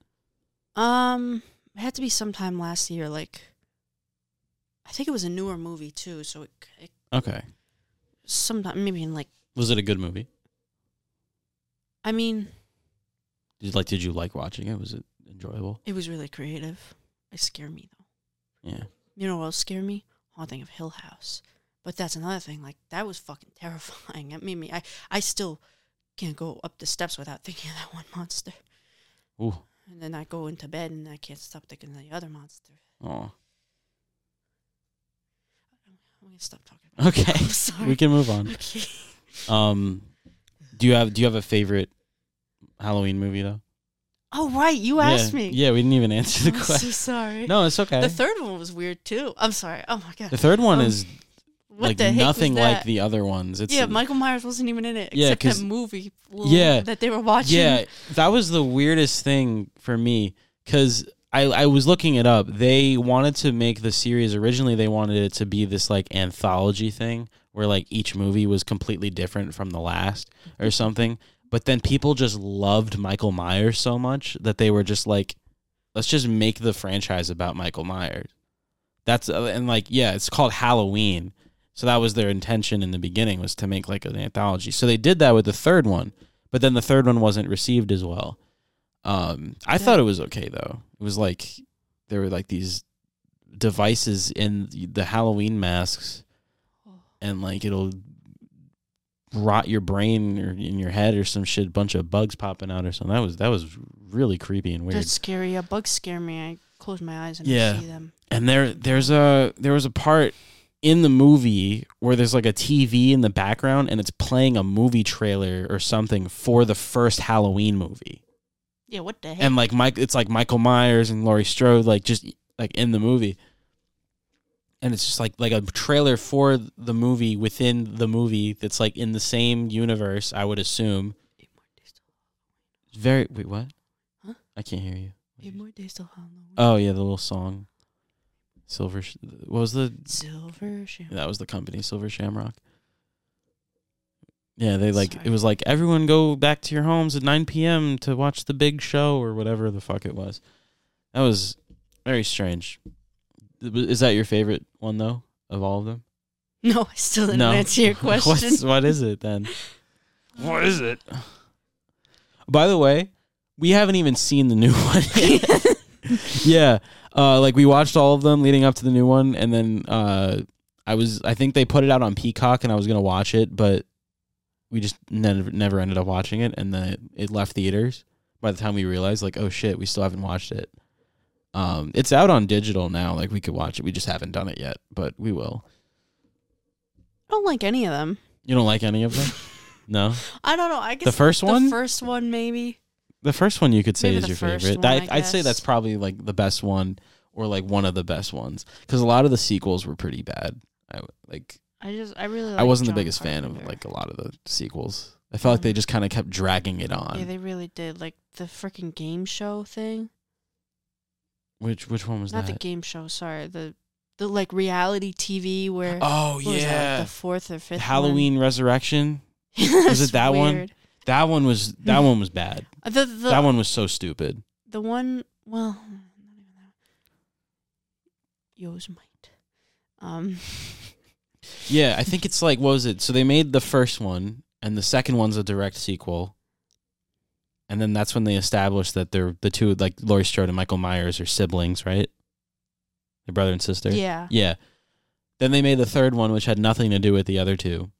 But, um, it had to be sometime last year. Like, I think it was a newer movie too. So it, it
Okay.
sometime maybe in like
Was it a good movie?
I mean
Did you like did you like watching it? Was it enjoyable?
it was really creative. It scared me though.
Yeah.
You know what'll scare me? Haunting of Hill House. But that's another thing. Like that was fucking (laughs) terrifying. That made me. I I still can't go up the steps without (laughs) thinking of that one monster.
Ooh.
And then I go into bed and I can't stop thinking of the other monster.
Oh.
I'm gonna stop talking. About
Okay.
It. (laughs) I'm sorry.
We can move on.
Okay.
Um, do you have do you have a favorite Halloween movie though?
Oh right, you asked
yeah. (laughs)
me.
Yeah, we didn't even answer the
(laughs) I'm
question.
so sorry.
No, it's okay.
The third one was weird too. I'm sorry. Oh my god.
The third one
Um,
is
What
like
the heck
nothing
was
like
that?
the other ones. It's
yeah, Michael Myers wasn't even in it
Yeah,
except
'cause-
that movie.
yeah.
that they were watching.
Yeah, that was the weirdest thing for me because I, I was looking it up. They wanted to make the series originally. They wanted it to be this like anthology thing where like each movie was completely different from the last or something. But then people just loved Michael Myers so much that they were just like, let's just make the franchise about Michael Myers. That's uh, and like yeah, it's called Halloween. So that was their intention in the beginning was to make like an anthology. So they did that with the third one, but then the third one wasn't received as well. Um, I
Yeah.
thought it was okay though. It was like there were like these devices in the Halloween masks, and like it'll rot your brain or in your head or some shit, bunch of bugs popping out or something. That was that was really creepy and weird.
That's scary. Yeah, bugs scare me. I close my eyes and
Yeah.
I see them.
and there there's a there was a part in the movie where there's like a TV in the background and it's playing a movie trailer or something for the first Halloween movie.
Yeah, what the heck?
And like Mike it's like Michael Myers and Laurie Strode like just like in the movie. And it's just like like a trailer for the movie within the movie that's like in the same universe, I would assume.
Eight more days till-
Very wait, what?
Huh?
I can't hear you.
eight more days till Halloween.
Oh yeah, the little song. Silver Sh- what was the
Silver Sham.
That was the company, Silver Shamrock. Yeah, they like
Sorry.
it was like everyone go back to your homes at 9 p.m. to watch the big show or whatever the fuck it was. That was very strange. Is that your favorite one though of all of
(laughs)
them?
No, I still didn't answer your
(laughs)
question. (laughs)
What's, what is it then? What is it? By the way, we haven't even seen the new (laughs) one. yet. yeah, uh, like we watched all of them leading up to the new one, and then uh, I was I think they put it out on Peacock, and I was gonna watch it, but we just never never ended up watching it, and then it, it left theaters. By the time we realized, like, oh shit, we still haven't watched it. Um, it's out on digital now. Like we could watch it. We just haven't done it yet, but we will.
I don't like any of them.
You don't like any of them? No.
I don't know. I guess
The first one?
The first one, maybe.
The first one you could say
Maybe
is
the
your
first
favorite.
one,
that,
I
I'd say that's
guess.
probably like the best one or like one of the best ones because a lot of the sequels were pretty bad. I w- like
I just, I really.
I
like
wasn't
John
the biggest fan of
Carpenter.
like a lot of the sequels. I felt like they
Mhm.
just kind of kept dragging it on.
Yeah, they really did. Like the freaking game show thing.
which which one was
Not the
that?
game show. Sorry, the the like reality TV where.
oh
what was that, like,
yeah,
the fourth or fifth. (laughs)
Halloween Resurrection.
One?
Was it that one?
weird.
That one was
(laughs)
that one was bad.
one? The the
that one was so stupid.
the one well (sighs) not even that one. yours might um (laughs)
Yeah, I think it's like what was it? So they made the first one, and the second one's a direct sequel. And then that's when they established that they're the two, like Laurie Strode and Michael Myers, are siblings, right? They're brother and sister.
yeah
Yeah. Then they made the third one, which had nothing to do with the other two.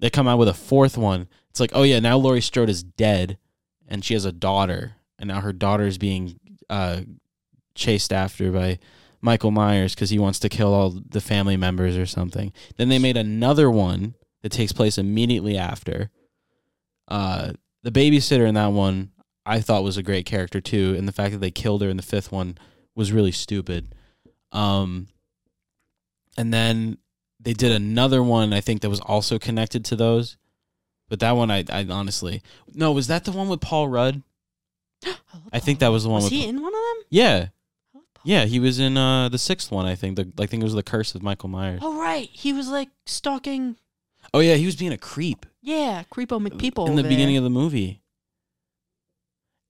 They come out with a fourth one. It's like, oh yeah, now Laurie Strode is dead, and she has a daughter, and now her daughter is being uh, chased after by Michael Myers because he wants to kill all the family members or something. Then they made another one that takes place immediately after. Uh, the babysitter in that one, I thought was a great character too, and the fact that they killed her in the fifth one was really stupid. Um, and then they did another one I think that was also connected to those. But that one I, I honestly no was that the one with Paul Rudd?
love
I think
Paul.
that was the one
was
with
he in one of them
yeah
I love Paul.
yeah he was in uh the sixth one I think the I think it was the Curse of Michael Myers.
oh right he was like stalking
Oh yeah he was being a creep
yeah creepo mcpeople
Uh, in the beginning of the movie,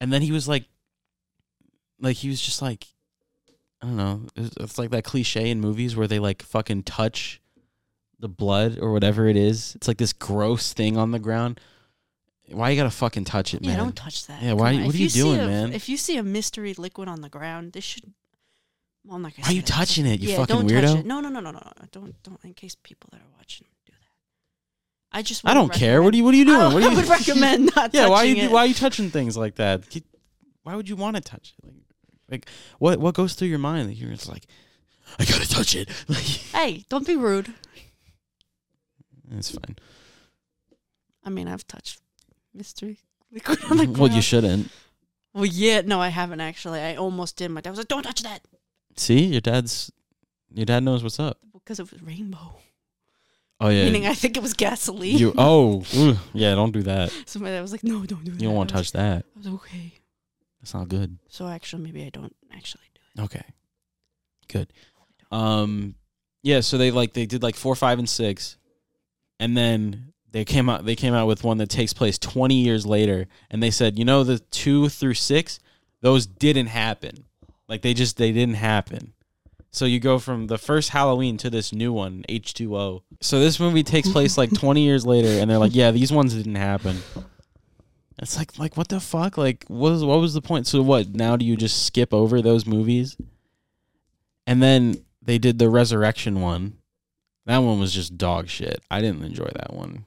and then he was like like he was just like I don't know it's, it's like that cliche in movies where they like fucking touch the blood or whatever it is. It's like this gross thing on the ground. Why you gotta fucking touch it,
yeah
man?
don't touch that
Yeah,
Come
why-
on.
what
If
are you
see
doing,
a-
man?
if you see a mystery liquid on the ground this should Well, I'm not gonna
Why are
say
you
that. It's
touching
okay.
it, you
yeah,
fucking
don't
weirdo?
Touch it. No, no, no, no, no, no. Don't, don't. In case people that are watching do that, I just.
I don't care. What are you What are you doing?
I,
what are you, (laughs)
would recommend not.
yeah. Why are you
touching
Why are you touching things like that? Ki- Why would you want to touch it? Like, like what What goes through your mind? that You're just like, I gotta touch it. (laughs) Like,
it. Hey, don't be rude.
it's fine.
I mean, I've touched mystery. liquid on the
(laughs) well, you
ground.
shouldn't.
Well, yeah. No, I haven't actually. I almost did. My dad was like, "Don't touch that,"
See, your dad's. Your dad knows what's up.
because it was rainbow.
Oh yeah.
Meaning, I think it was gasoline.
you.
(laughs)
Oh ooh, yeah. Don't do that.
so my dad was like, "No, don't do that."
You don't want to
I was-
touch that.
I was okay.
That's not good.
So actually, maybe I don't actually do
Okay. Good. Um yeah, so they like they did like 4, 5 and 6 and then they came out they came out with one that takes place 20 years later and they said, "You know the 2 through 6, those didn't happen. Like they just they didn't happen." So you go from the first Halloween to this new one, H2O. So this movie takes place like 20 years later and they're like, "Yeah, these ones didn't happen." It's like like what the fuck? Like what was what was the point? So what? Now do you just skip over those movies? And then they did the resurrection one. That one was just dog shit. I didn't enjoy that one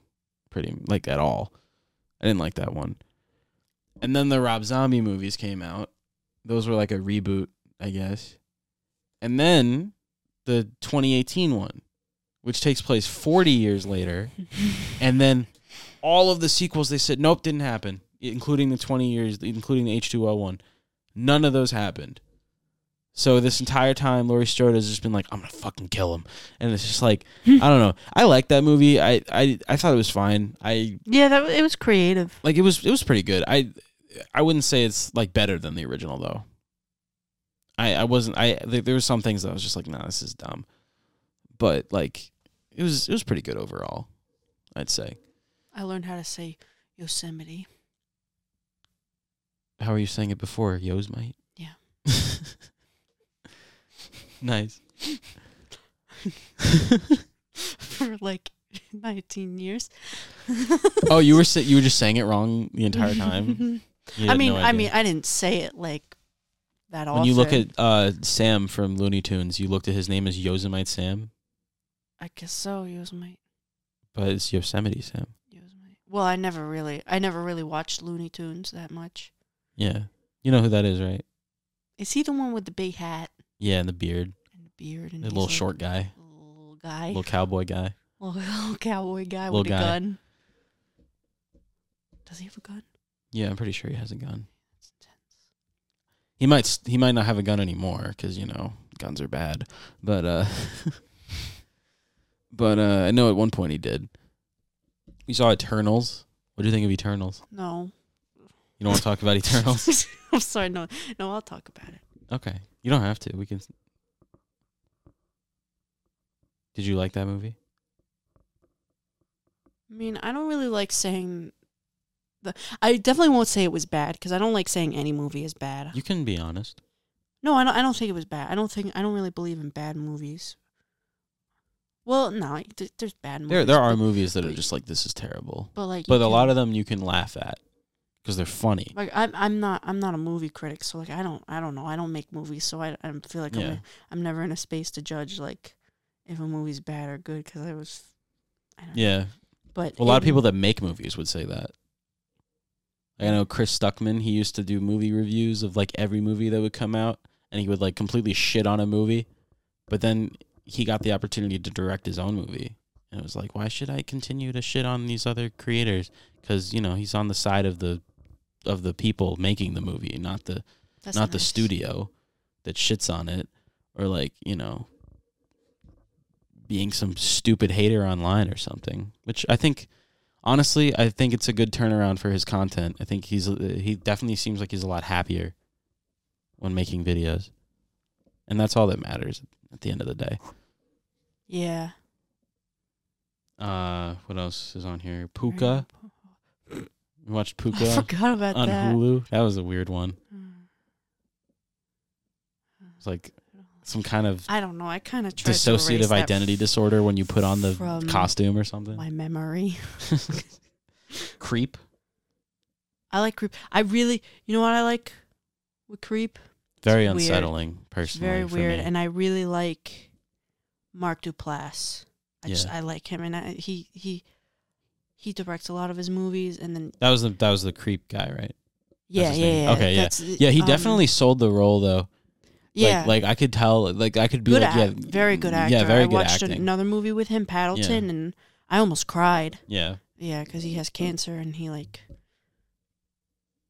pretty like at all. I didn't like that one. And then the Rob Zombie movies came out. Those were like a reboot, I guess. And then the 2018 one, which takes place 40 years later. And then all of the sequels they said nope didn't happen, including the 20 years, including the H2O one. None of those happened. So this entire time, Laurie Strode has just been like, "I'm gonna fucking kill him," and it's just like, (laughs) I don't know. I like that movie. I I I thought it was fine. I
Yeah, that it was creative.
like it was it was pretty good. I I wouldn't say it's like better than the original though. I I wasn't I there, there were some things that I was just like, "Nah, this is dumb," but like it was it was pretty good overall. I'd say.
I learned how to say
(laughs)
Yosemite.
How are you saying it before? Yo's might. (laughs)
Yeah.
nice.
for like (laughs) 19 years.
Oh, you were sa- you were just saying it wrong the entire
(laughs)
time. You
I
had
mean,
no
I
idea.
mean, I didn't say it like that often.
when you look at uh, Sam from Looney Tunes, you looked at his name as Yosemite Sam,
I guess so. Yosemite,
but it's Yosemite Sam.
Yosemite. Well, I never really, I never really watched Looney Tunes that much.
Yeah, you know who that is, right?
Is he the one with the big hat
Yeah, and the beard,
and the beard and
the
he's
little
like
short guy,
a little guy,
little cowboy guy.
little, (laughs) cowboy guy
Little
with
guy.
a gun? Does he have a gun?
Yeah, I'm pretty sure he has a gun.
It's intense.
He might s- he might not have a gun anymore because you know guns are bad. But uh, (laughs) but uh, I know at one point he did. We saw Eternals. What do you think of Eternals?
No,
You don't want to talk about Eternals?
(laughs) I'm sorry. No, no, I'll talk about it.
Okay, you don't have to. We can. s- Did you like that movie?
I mean, I don't really like saying the. I definitely won't say it was bad because I don't like saying any movie is bad.
You can be honest.
No, I don't. I don't think it was bad. I don't think. I don't really believe in bad movies. Well, no, th- there's bad movies.
There there are
but,
movies that are
but-
just like this is terrible,
but like,
but a lot of them you can laugh at because they're funny.
like I'm. I'm not. I'm not a movie critic, so like I don't. I don't know. I don't make movies, so I. I feel like
Yeah.
I'm. I'm never in a space to judge like if a movie's bad or good because I was. I don't know.
Yeah,
But
a lot of
it-
people that make movies would say that. I know Chris Stuckman. He used to do movie reviews of like every movie that would come out, and he would like completely shit on a movie, but then he got the opportunity to direct his own movie, and it was like, why should I continue to shit on these other creators? Because you know he's on the side of the of the people making the movie, not the
That's
not the
nice.
studio that shits on it or like you know being some stupid hater online or something which i think honestly i think it's a good turnaround for his content i think he's he definitely seems like he's a lot happier when making videos and that's all that matters at the end of the day
Yeah.
uh what else is on here puka we watched
(laughs) I
puka
forgot about
on
that. Hmm.
hulu that was a weird one it's like some kind of
I don't know. I kind of tried to erase
dissociative
that
identity disorder when you put on the
from
costume or something. (laughs)
My (laughs) memory.
Creep
I like creep. I really, you know what I like with creep?
very
weird.
unsettling
It's
personally.
very
for
weird,
me.
and I really like Mark Duplass. I just
Yeah.
I like him, and I, he he he directs a lot of his movies, and then
that was the that was the creep guy, right?
yeah,
his
yeah,
name.
yeah,
Okay, yeah.
that's,
Yeah, he
um,
definitely sold the role though.
yeah.
Like, like I could tell. Like I could be
good
like,
act,
yeah,
very good actor.
Yeah, very
I
good
watched
acting.
another movie with him, Paddleton, and I almost cried.
(laughs) yeah,
Yeah, because he has cancer, and he like.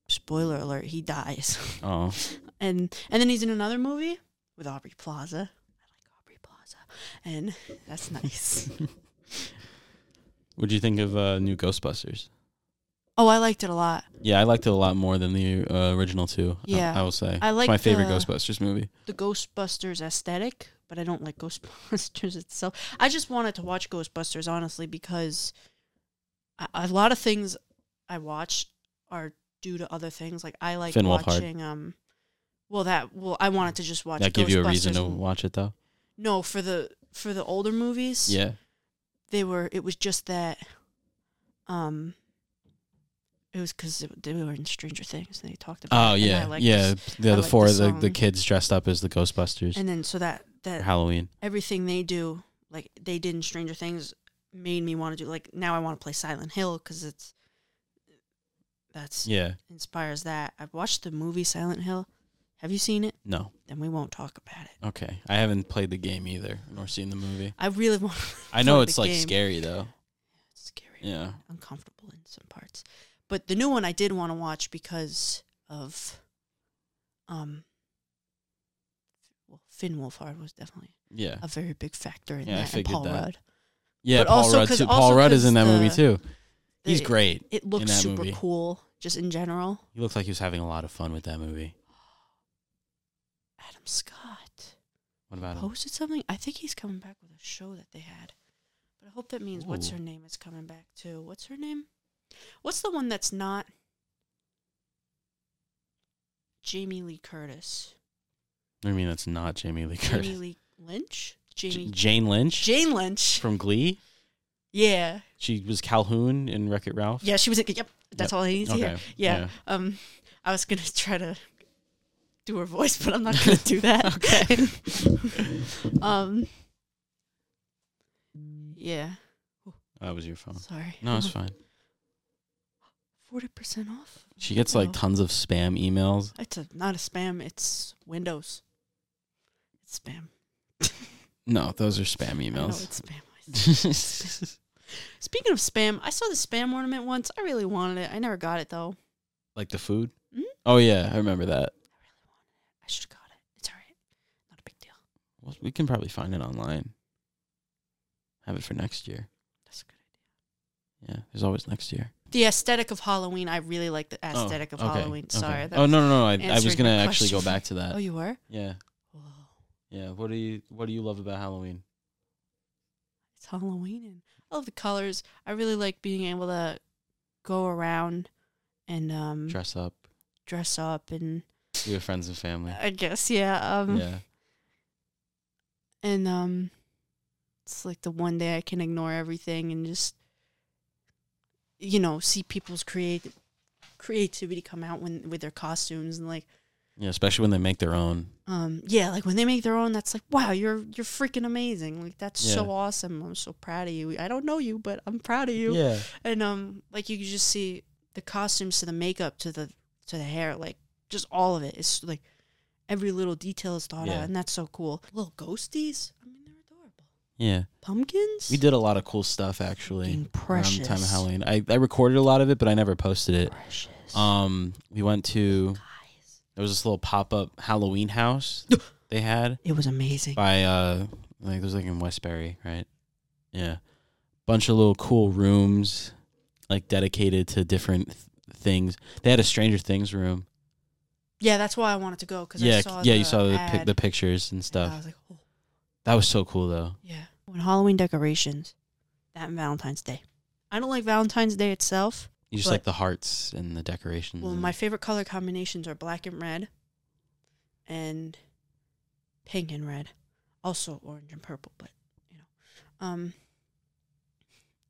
Spoiler alert: He dies, (laughs)
oh,
and and then he's in another movie with Aubrey Plaza. I like Aubrey Plaza, and that's
(laughs)
nice.
what'd you think of uh, new Ghostbusters?
oh, I liked it a lot.
Yeah, I liked it a lot more than the uh, original two. I-
Yeah.
I, will say
I
it's
like
my favorite
the-
Ghostbusters movie.
the Ghostbusters aesthetic, but I don't like Ghostbusters (laughs) itself. I just wanted to watch Ghostbusters honestly because I, a lot of things I watch are due to other things. Like I like
Finn Wolfhard.
watching. Um, well, that well, I wanted to just watch.
That give you a reason to
Ghostbusters.
watch it though.
No, for the for the older movies,
Yeah,
they were. It was just that. Um. It was because they were in Stranger Things and they talked about.
Oh
it, and I
yeah,
liked
yeah.
this.
The,
I
the
like
four,
the
the, the
song.
kids dressed up as the Ghostbusters
And then so that
for
that
Halloween.
everything they do, like they did in Stranger Things, made me want to do. Like now, I want to play Silent Hill because it's that's
Yeah,
inspires that. I've watched the movie Silent Hill. Have you seen it?
no,
Then we won't talk about it.
okay. I haven't played the game either, nor seen the movie.
I really want. (laughs)
I know
Play
it's
the
like
game.
scary though.
It's scary,
Yeah,
uncomfortable in some parts, but the new one I did want to watch because of, um, well, Finn Wolfhard was definitely
yeah,
a very big factor in
Yeah, I
that. And
figured
Paul
that.
Rudd.
yeah.
Uh, But
Paul
also
Rudd.
'cause-
Too. Paul
also
Rudd is in that movie
the-
too. He's
They-
great.
It looks
that
super
movie.
cool, just in general.
He looked like he was having a lot of fun with that movie.
Adam Scott
What about him?
posted something. I think he's coming back with a show that they had. But I hope that means what's
Ooh.
her name is coming back too. What's her name? What's the one that's not Jamie Lee Curtis?
I mean, that's not Jamie Lee Curtis.
Oh. Jamie Lee Lynch?
J-
Jamie
Jane Lynch
Jane Lynch.
from Glee.
Yeah.
She was Calhoun in Wreck It Ralph.
Yeah, she was like, yep, that's all I need to hear.
Okay,
Yeah.
yeah.
Um I was gonna (laughs) try to do her voice, but I'm not gonna
(laughs)
do that. okay. (laughs) um Yeah.
That was your phone.
Sorry.
No, it's fine.
(laughs) forty percent off.
She gets like
Oh.
tons of spam emails.
It's a, not a spam. It's Windows. It's spam.
No, those are spam
I know
emails.
it's spam.
(laughs)
Speaking of spam, I saw the spam ornament once. I really wanted it. I never got it though.
like the food?
Mhm.
Oh yeah, I remember that.
I should have got it. It's all right. Not a big deal.
Well, we can probably find it online. Have it for next year.
That's a good idea.
Yeah, there's always next year.
The aesthetic of Halloween. I really like the
Oh,
aesthetic of
okay,
Halloween.
okay.
Sorry. that
Oh
was-
no, no, no! I, I was
answering
gonna
your
actually go
question.
back to that.
(laughs) Oh, you were.
Yeah,
Whoa.
yeah. What do you What do you love about Halloween?
It's Halloween, and I love the colors. I really like being able to go around and um,
Dress up,
dress up, and
be with friends and family.
I guess yeah. Um,
yeah,
and um it's like the one day I can ignore everything and just you know see people's create creativity come out when with their costumes and like
yeah. Especially when they make their own.
um yeah like when they make their own that's like wow you're you're freaking amazing like that's so
Yeah.
awesome I'm so proud of you I don't know you but I'm proud of you
Yeah,
and um like you could just see the costumes to the makeup to the to the hair like just all of it it's like every little detail is thought
Yeah.
out and that's so cool little ghosties I mean they're adorable
yeah.
pumpkins.
We did a lot of cool stuff actually.
Fucking
around the time of
precious.
Halloween, I, I recorded a lot of it, but I never posted it.
Precious.
Um, we went to
Guys.
there was this little pop up Halloween
(laughs)
house they had
It was amazing.
by uh like it was like in Westbury, right? Yeah, bunch of little cool rooms like dedicated to different th- things. They had a Stranger Things room.
Yeah, that's why I wanted to go because
Yeah,
I saw
yeah,
the
you saw the pic-
ad,
the pictures and
and I
stuff.
was like, oh
That was so cool though.
yeah. When Halloween decorations, that and Valentine's Day. I don't like Valentine's Day itself.
You just
But-
like the hearts and the decorations.
Well,
and-
my favorite color combinations are black and red, and pink and red. Also orange and purple, but you know, um,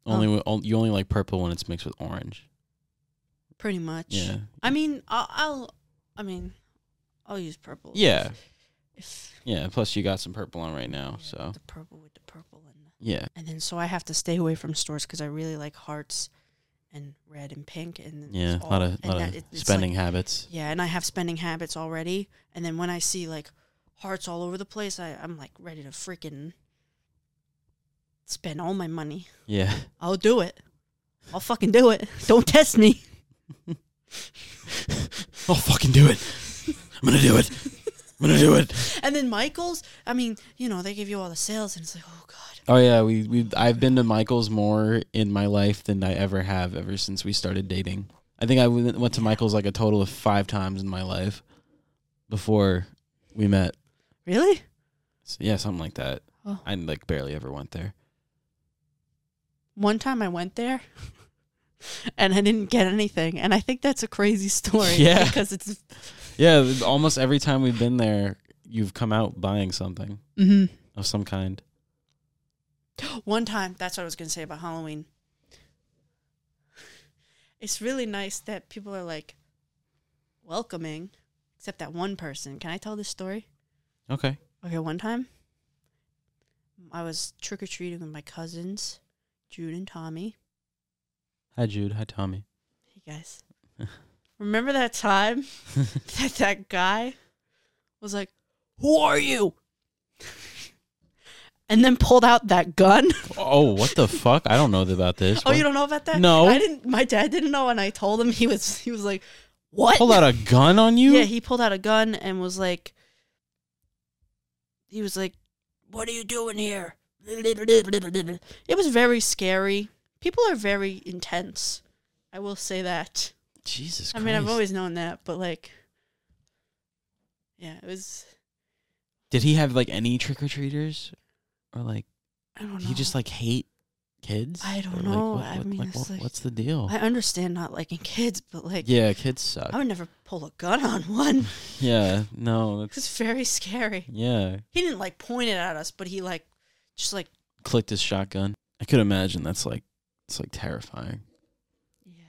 only when- on- you only like purple when it's mixed with orange.
pretty much.
Yeah.
I mean, I'll, I'll I mean, I'll use purple.
Yeah.
If, if
Yeah. Plus, you got some purple on right now.
yeah,
Oh, So,
the purple with the purple and the,
yeah.
and then so I have to stay away from stores because I really like hearts and red and pink and it's
Yeah. A
all-
lot of,
and
lot
that
of
it- it's like-
spending (laughs) habits.
yeah, and I have spending habits already. And then when I see like hearts all over the place, I, I'm like ready to freaking spend all my money.
Yeah.
I'll do it. I'll fucking do it. (laughs) Don't test me.
I'll fucking do it. I'm going to do it. I'm going to do it.
And then Michaels, I mean, you know, they give you all the sales, and it's like, oh god.
(laughs) Oh yeah, we we I've been to Michael's more in my life than I ever have ever since we started dating. I think I went went to Michael's like a total of five times in my life before we met.
Really?
So, yeah, something like that.
Oh.
I like barely ever went there.
One time I went there, (laughs) and I didn't get anything, and I think that's a crazy (laughs) story.
Yeah.
Because it's.
Yeah, th- almost every time we've been there, you've come out buying something
hmm
of some kind.
One time, that's what I was going to say about Halloween. It's really nice that people are like welcoming, except that one person. Can I tell this story?
Okay.
Okay, one time I was trick or treating with my cousins, Jude and Tommy.
Hi Jude. Hi Tommy.
Hey guys. Remember that time that that guy was like, Who are you? (laughs) and then pulled out that gun.
Oh, what the fuck? I don't know th- about this.
(laughs) Oh, you
What?
don't know about that?
No.
I didn't my dad didn't know and I told him (laughs) he was he was like, What?
pulled out a gun on you?
Yeah, he pulled out a gun and was like he was like, What are you doing here? It was very scary. People are very intense. I will say that.
Jesus
I
Christ.
mean, I've always known that, but like, yeah, it was.
Did he have like any trick or treaters, or like
I don't know.
did he just like hate kids?
I don't
Or, like,
know. I mean, it's like-
what's the deal?
I understand not liking kids, but like,
yeah, kids suck.
I would never pull a gun on one. (laughs)
yeah, no, that's
It's very scary.
yeah.
He didn't like point it at us, but he like just like
Clicked his shotgun. I could imagine that's like it's like terrifying.
yeah,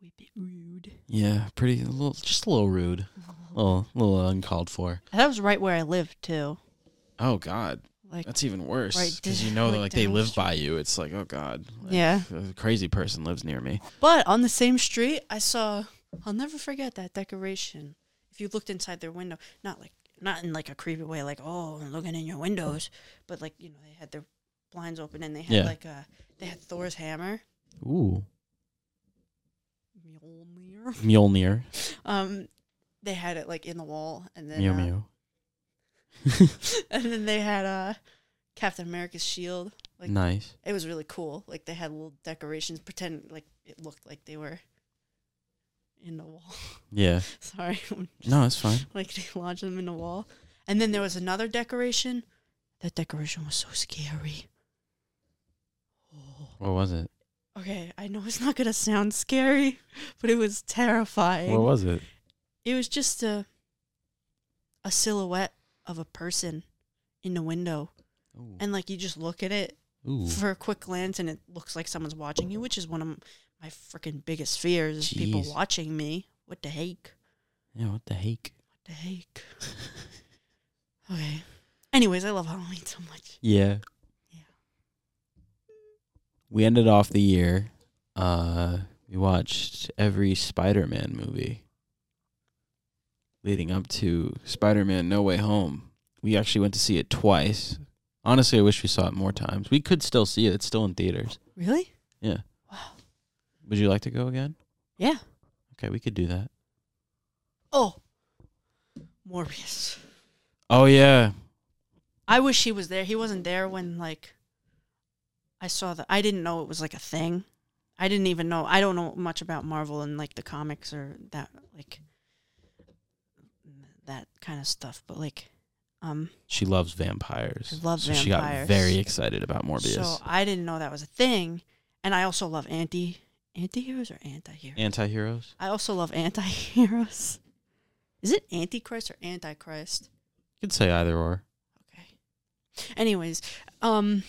we bit rude.
Yeah, pretty a little, just a little rude, a little, a little uncalled for.
That was right where I lived too.
Oh God,
Like,
that's even worse
Right,
because
did-
you know,
like
like, they
down the
live
street.
by you. It's like, oh God, like,
Yeah.
a crazy person lives near me.
but on the same street, I saw. I'll never forget that decoration. If you looked inside their window, not like not in like a creepy way, like oh, I'm looking in your windows, but like you know they had their blinds open and they had
Yeah.
like a they had Thor's hammer,
Ooh,
Mjolnir.
Mjolnir,
Um, they had it like in the wall, and then
meow
uh,
meow.
(laughs) and then they had uh Captain America's shield.
(laughs)
Like
nice.
it was really cool. Like they had little decorations, pretend like it looked like they were in the wall. (laughs)
Yeah.
Sorry, (laughs) I'm
No, it's fine.
like they lodged them in the wall. And then there was another decoration. That decoration was so scary. Oh.
What was it?
Okay, I know it's not gonna sound scary, but it was terrifying.
What was it?
it was just a a silhouette of a person in the window,
Ooh.
and like you just look at it
Ooh.
for a quick glance, and it looks like someone's watching you, which is one of m- my freaking biggest fears: is people
Jeez.
watching me. What the heck?
Yeah, what the heck?
What the heck? (laughs) okay. Anyways, I love Halloween so much.
Yeah.
Yeah.
We ended off the year. Uh we watched every Spider Man movie leading up to Spider Man No Way Home. We actually went to see it twice. Honestly, I wish we saw it more times. We could still see it. It's still in theaters.
Really?
Yeah.
Wow.
Would you like to go again?
Yeah.
Okay, we could do that.
Oh. Morbius.
Oh yeah.
I wish he was there. He wasn't there when like I saw the I didn't know it was like a thing. I didn't even know. I don't know much about Marvel and like the comics or that like that kind of stuff, but like um
She loves vampires.
I love
so she got
vampires.
very excited about Morbius.
so I didn't know that was a thing. And I also love anti anti-heroes or anti-heroes.
Anti heroes?
I also love anti-heroes. Is it antichrist or antichrist?
You could say either or.
Okay. Anyways, um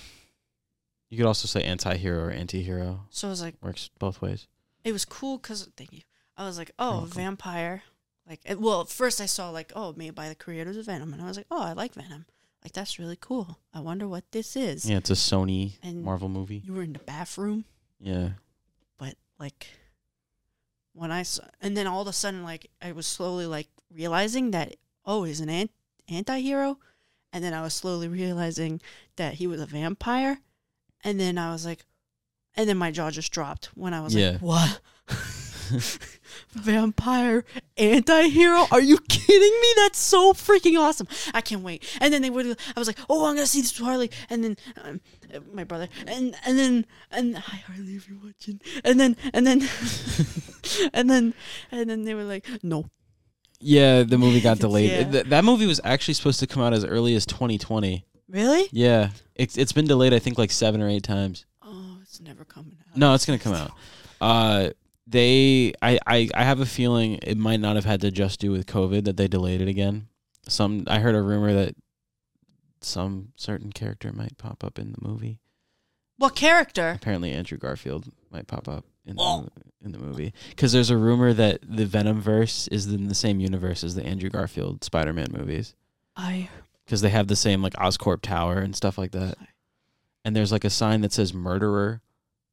You could also say anti hero or anti hero.
so I was like
Works both ways.
it was cool because thank you. I was like, oh,
welcome.
vampire. Like, and- well, at first I saw like, oh, made by the creators of Venom, and I was like, oh, I like Venom. Like that's really cool. I wonder what this is.
Yeah, it's a Sony
And
Marvel movie.
you were in the bathroom,
Yeah.
but like when I saw, and then all of a sudden, like I was slowly like realizing that oh, he's an, an- anti-hero. and then I was slowly realizing that he was a vampire, and then I was like, and then my jaw just dropped when I was
Yeah.
like, what? (laughs) vampire anti-hero are you kidding me that's so freaking awesome i can't wait and then they would i was like oh i'm gonna see this with harley and then um, uh, my brother and and then and hi harley if you're watching and then and then (laughs) and then and then they were like no
(laughs) Yeah, the movie
(laughs)
got delayed.
Yeah.
Th- that movie was actually supposed to come out as early as 2020.
really
Yeah, it's it's been delayed. I think like seven or eight times.
oh it's never coming out
No, it's gonna come out. Uh, they, I, I, I have a feeling it might not have had to just do with COVID that they delayed it again. Some, I heard a rumor that some certain character might pop up in the movie.
what character
Apparently, Andrew Garfield might pop up in the,
Oh.
mo- in the movie because there's a rumor that the Venom verse is in the same universe as the Andrew Garfield Spider-Man movies
i
because they have the same like Oscorp Tower and stuff like that. And there's like a sign that says "murderer,"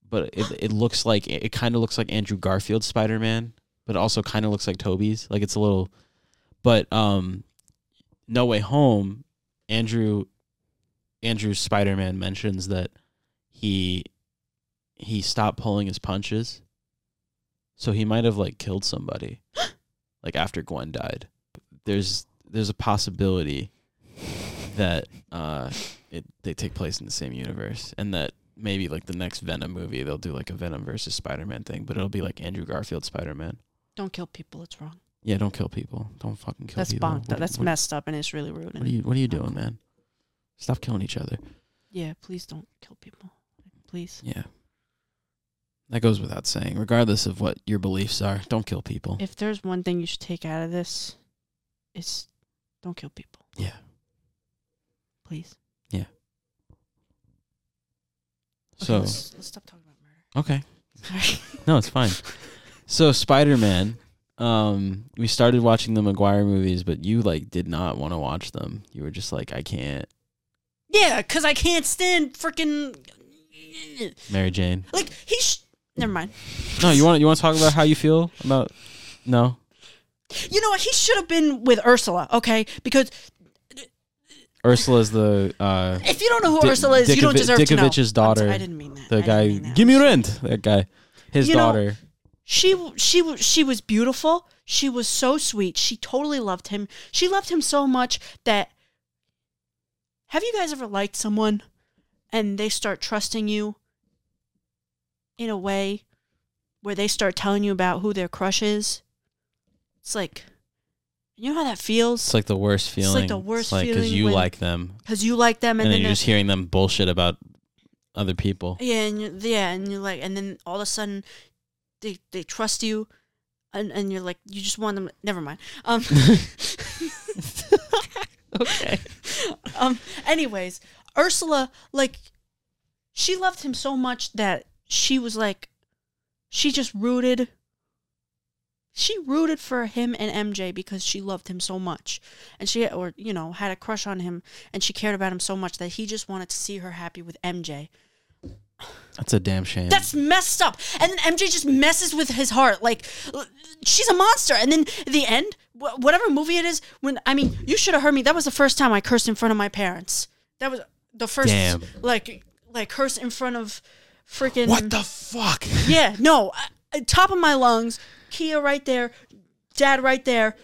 but it it looks like it, kind of looks like Andrew Garfield's Spider Man, but it also kind of looks like Toby's. Like it's a little, but um, No Way Home, Andrew, Andrew's Spider Man mentions that he he stopped pulling his punches, so he might have like killed somebody, like after Gwen died. There's there's a possibility that uh it they take place in the same universe and that maybe like the next Venom movie they'll do like a Venom versus Spider-Man thing, but it'll be like Andrew Garfield Spider-Man.
don't kill people it's wrong
Yeah, don't kill people. Don't fucking kill
that's
people.
bonked
What-
that's
what-
messed up and it's really rude
What are you what are you doing, man? Stop killing each other.
yeah please don't kill people please
Yeah. That goes without saying, regardless of what your beliefs are. Don't kill people.
if there's one thing you should take out of this, it's don't kill people,
yeah.
please. Okay,
So,
let's, let's stop talking about murder.
okay.
Sorry.
(laughs) No, it's fine. So Spider-Man, um, we started watching the Maguire movies, but you like did not want to watch them. You were just like, I can't.
Yeah, because I can't stand freaking.
Mary Jane.
Like, he sh- Never mind.
No, you want you want to talk about how you feel about no.
You know what? He should have been with Ursula, okay? Because
Ursula's the uh,
if you don't know who
Di-
Ursula is, you don't
Dickovi-
deserve to know.
Dickovich's daughter,
I'm sorry, I didn't mean that. I
the
didn't
guy.
mean that.
Give me rent. That guy. His
You know-
daughter.
she w- she w- she was beautiful. She was so sweet. She totally loved him. She loved him so much that have you guys ever liked someone and they start trusting you in a way where they start telling you about who their crush is? It's like you know how that
It's
feels
like the worst
like
feeling.
the worst
because
feeling
you
when-
like them,
cuz you like them
and,
and,
then,
then,
you're
they're-
just hearing them bullshit about other people.
Yeah, and you're, yeah, and you're like, and then all of a sudden, they they trust you, and and you're like, you just want them. Never mind. Um.
(laughs)
(laughs) okay. Um. Anyways, Ursula, like, she loved him so much that she was like, she just rooted. She rooted for him and MJ because she loved him so much, and she or you know had a crush on him, and she cared about him so much that he just wanted to see her happy with MJ.
That's a damn shame.
That's messed up. And then MJ just messes with his heart. Like, l- she's a monster. And then the end, wh- whatever movie it is, when, I mean, you should have heard me. That was the first time I cursed in front of my parents. That was the first,
Damn.
like, like curse in front of freaking.
what the (laughs) fuck.
Yeah, no. I, I- top of my lungs, Kia right there, dad right there.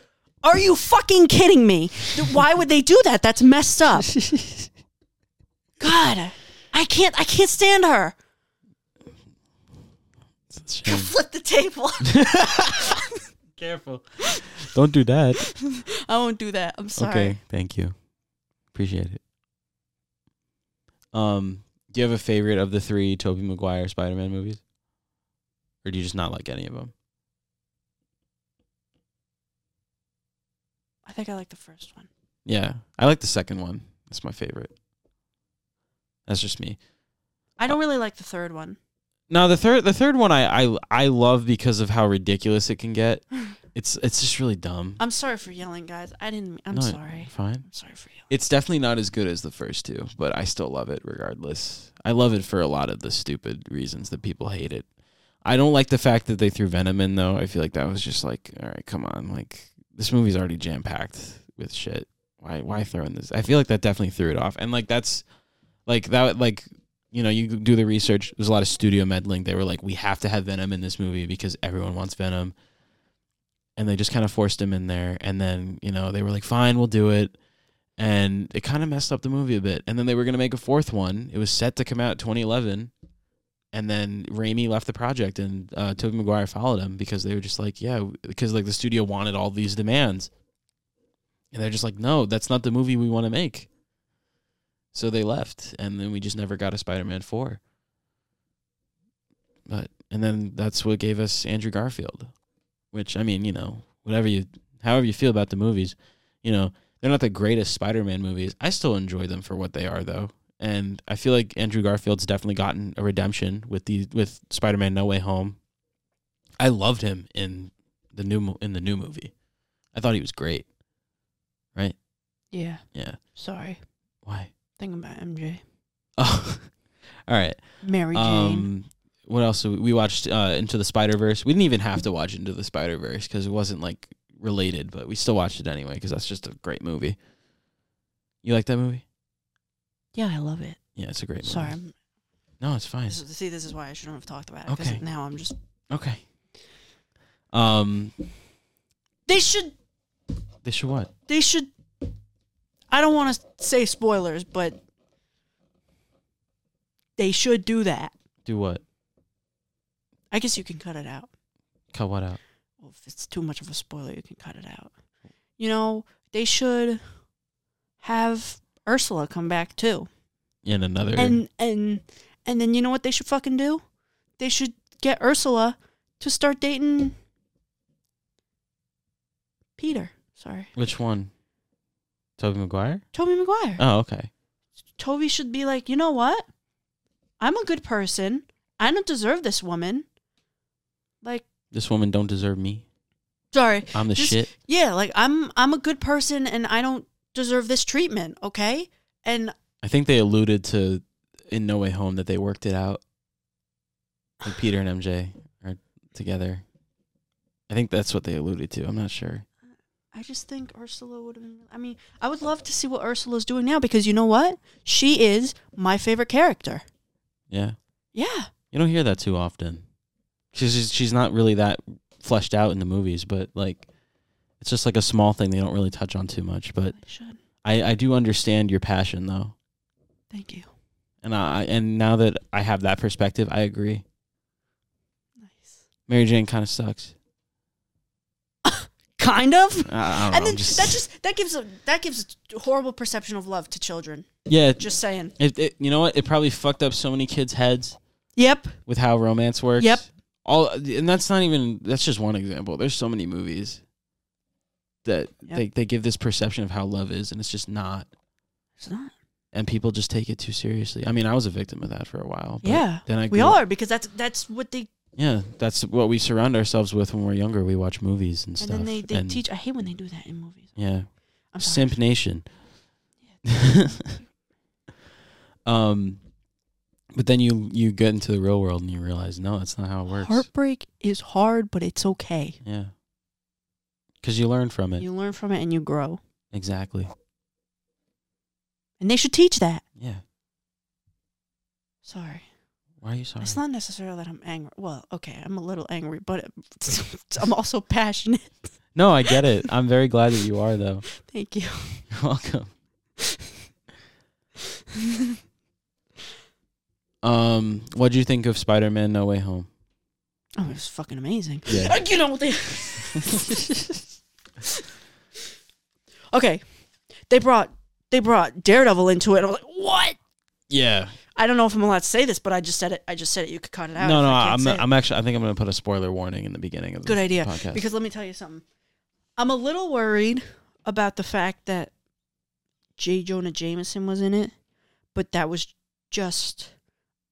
Are you fucking kidding me? Th- Why would they do that? That's messed up. God, I can't, I can't stand her.
It's a shame.
Flip the table.
(laughs)
(laughs)
Careful. Don't do
(laughs)
that.
I won't do that. I'm sorry.
Okay, thank you. Appreciate it. Um, do you have a favorite of the three Tobey Maguire Spider-Man movies? Or do you just not like any of them?
I think I like the first one.
Yeah, I like the second one. That's my favorite. That's just me.
I don't really like the third one. (laughs)
No, the third the third one I I I love because of how ridiculous it can get. It's it's just really dumb.
I'm sorry for yelling, guys. I didn't. I'm
No,
sorry.
Fine.
I'm sorry for yelling.
It's definitely not as good as the first two, but I still love it regardless. I love it for a lot of the stupid reasons that people hate it. I don't like the fact that they threw Venom in though. I feel like that was just like, all right, come on. Like this movie's already jam packed with shit. Why why throw in this? I feel like that definitely threw it off. And like that's like that like you know, you do the research. There's a lot of studio meddling. They were like, we have to have Venom in this movie because everyone wants Venom. And they just kind of forced him in there. And then, you know, they were like, fine, we'll do it. And it kind of messed up the movie a bit. And then they were going to make a fourth one. It was set to come out 2011. And then Raimi left the project and uh, Tobey Maguire followed him because they were just like, yeah, because like the studio wanted all these demands. And they're just like, no, that's not the movie we want to make. So they left, and then we just never got a Spider-Man four. But and then that's what gave us Andrew Garfield, which I mean, you know, whatever you, however you feel about the movies, you know, they're not the greatest Spider-Man movies. I still enjoy them for what they are, though, and I feel like Andrew Garfield's definitely gotten a redemption with the with Spider-Man No Way Home. I loved him in the new mo- in the new movie. I thought he was great.
Yeah.
Yeah.
Sorry.
Why? (laughs)
Thinking about MJ.
Oh, all right.
Mary Jane.
Um, what else? We watched uh, Into the Spider Verse. We didn't even have to watch Into the Spider Verse because it wasn't like related, but we still watched it anyway because that's just a great movie. You like that movie?
yeah, I love it.
Yeah, it's a great
Sorry.
movie.
I'm-
No, it's fine.
this is- see, this is why I shouldn't have talked about it. 'cause
Okay.
Now I'm just.
Okay. Um,
They should.
they should what?
They should. I don't want to say spoilers, but they should do that.
Do what?
I guess you can cut it out.
Cut what out?
Well, if it's too much of a spoiler, you can cut it out. You know, they should have Ursula come back too.
In another.
And and and then you know what they should fucking do? They should get Ursula to start dating Peter. Sorry.
which one? Toby Maguire?
Toby Maguire.
Oh, okay.
Toby should be like, you know what? I'm a good person. I don't deserve this woman. Like,
This woman don't deserve me.
sorry.
I'm the
This-
shit.
Yeah, like I'm I'm a good person and I don't deserve this treatment, okay? And
I think they alluded to in No Way Home that they worked it out. Like Peter and MJ are together. I think that's what they alluded to. I'm not sure.
I just think Ursula would have been I mean, I would love to see what Ursula's doing now because you know what? She is my favorite character.
Yeah,
Yeah.
you don't hear that too often. She's just, she's not really that fleshed out in the movies, but like it's just like a small thing they don't really touch on too much. But
I should.
I I do understand your passion though,
Thank you.
and I and now that I have that perspective, I agree.
Nice.
Mary Jane kind of sucks.
Kind
I,
of.
I don't
And
know,
then
just-
that just that gives a that gives a horrible perception of love to children.
yeah. it-
Just saying.
It, it you know what? It probably fucked up so many kids' heads.
Yep.
with how romance works.
Yep.
All and that's not even that's just one example. There's so many movies that
Yep.
they they give this perception of how love is and it's just not
It's not.
and people just take it too seriously. I mean, I was a victim of that for a while. But
Yeah.
Then I
We
grew
all
up-
are because that's that's what they
Yeah, that's what we surround ourselves with when we're younger. We watch movies and
and
stuff.
then they, they
and-
teach I hate when they do that in movies.
Yeah.
I'm sorry.
Simp
(laughs)
Nation. um but then you you get into the real world and you realize no, that's not how it works.
Heartbreak is hard, but it's okay.
Yeah. Cuz you learn from it.
You learn from it and you grow.
Exactly.
And they should teach that.
Yeah.
Sorry.
Why are you sorry?
It's not necessarily that I'm angry. Well, okay, I'm a little angry, but (laughs) I'm also passionate. (laughs)
no, I get it. I'm very glad that you are, though.
Thank you.
You're welcome. Um, what do you think of Spider-Man: No Way
(laughs)
Home?
Oh, it was fucking amazing.
Yeah.
I get on with it. okay. They brought they brought Daredevil into it. and I was like, what?
Yeah.
I don't know if I'm allowed to say this, but I just said it. I just said it. You could cut it out.
No,
if
no.
I can't
I'm.
say it.
I'm actually. I think I'm going to put a spoiler warning in the beginning of the
Good idea.
podcast.
Because let me tell you something. I'm a little worried about the fact that J. Jonah Jameson was in it, but that was just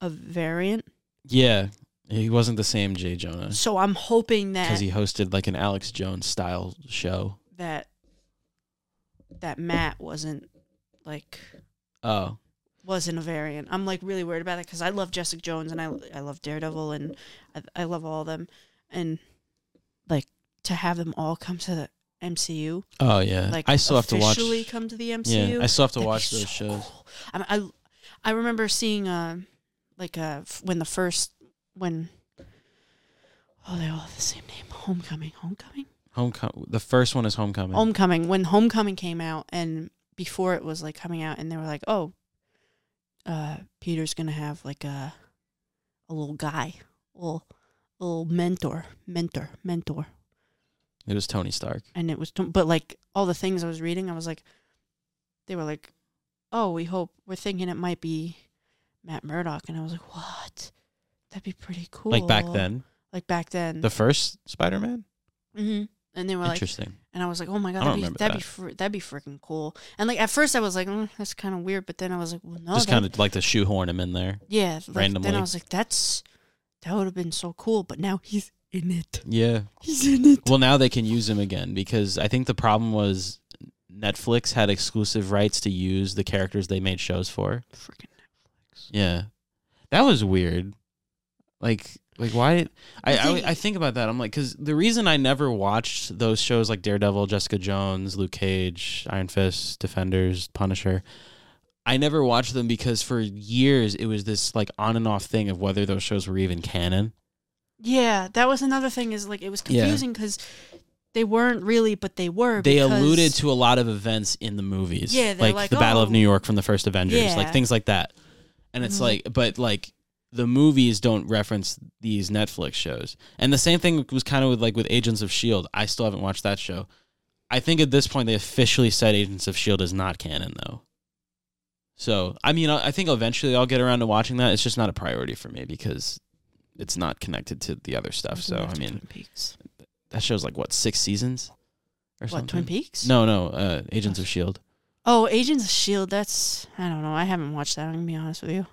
a variant.
yeah, He wasn't the same Jay Jonah
So I'm hoping that
because Uh-huh. he hosted like an Alex Jones style show.
that that Matt wasn't like
Oh,
wasn't a variant. I'm like really worried about it because I love Jessica Jones and I I love Daredevil and I, I love all of them and like to have them all come to the MCU
oh yeah.
like
I still have to watch.
officially come to the MCU.
Yeah, I still have to
That'd be
watch those
so
shows.
cool. I, I I remember seeing uh like uh f- when the first when oh they all have the same name Homecoming Homecoming
Homecoming. The first one is Homecoming.
Homecoming when Homecoming came out and before it was like coming out and they were like, "Oh, uh Peter's going to have like a a little guy, little little mentor, mentor, mentor."
it was Tony Stark.
And it was t- but like all the things I was reading, I was like they were like, "Oh, we hope we're thinking it might be Matt Murdock." And I was like, "What? That'd be pretty cool."
Like back then,
Like back then.
the first Spider Man.
hmm And they were like
Interesting.
And I was like, "Oh my god,
I don't
that'd be
remember
that'd
that.
be fr- that'd be freaking cool." And like at first, I was like, mm, "That's kind of weird," but then I was like, "Well, no,
Just
that-
kind of like to shoehorn him in there.
yeah." Like, then
randomly.
I was like, "That's that would have been so cool," but now he's in it.
Yeah.
He's in it.
Well, now they can use him again because I think the problem was Netflix had exclusive rights to use the characters they made shows for.
Freaking
Yeah, that was weird. Like, like why? I
The
I,
thing-
I think about that. I'm like, because the reason I never watched those shows like Daredevil, Jessica Jones, Luke Cage, Iron Fist, Defenders, Punisher. I never watched them because for years it was this like on and off thing of whether those shows were even canon.
yeah, that was another thing. Is like it was
Yeah.
confusing because they weren't really, but they were.
they
because-
alluded to a lot of events in the movies.
Yeah, they're
like,
like,
the Battle of
"Oh."
New York from the first Avengers,
Yeah.
like things like that. And it's
Mhm.
like, but like the movies don't reference these Netflix shows. And the same thing was kind of with like with Agents of Shield. I still haven't watched that show. I think at this point they officially said Agents of Shield E is not canon though. So I mean, I I think eventually I'll get around to watching that. It's just not a priority for me because it's not connected to the other stuff. So I
After
mean,
Twin Peaks.
that show's like what six seasons or
what Twin Peaks?
no, no, uh, Agents of Shield.
Oh, Agents of Shield. That's I don't know. I haven't watched that. I'm gonna be honest with you.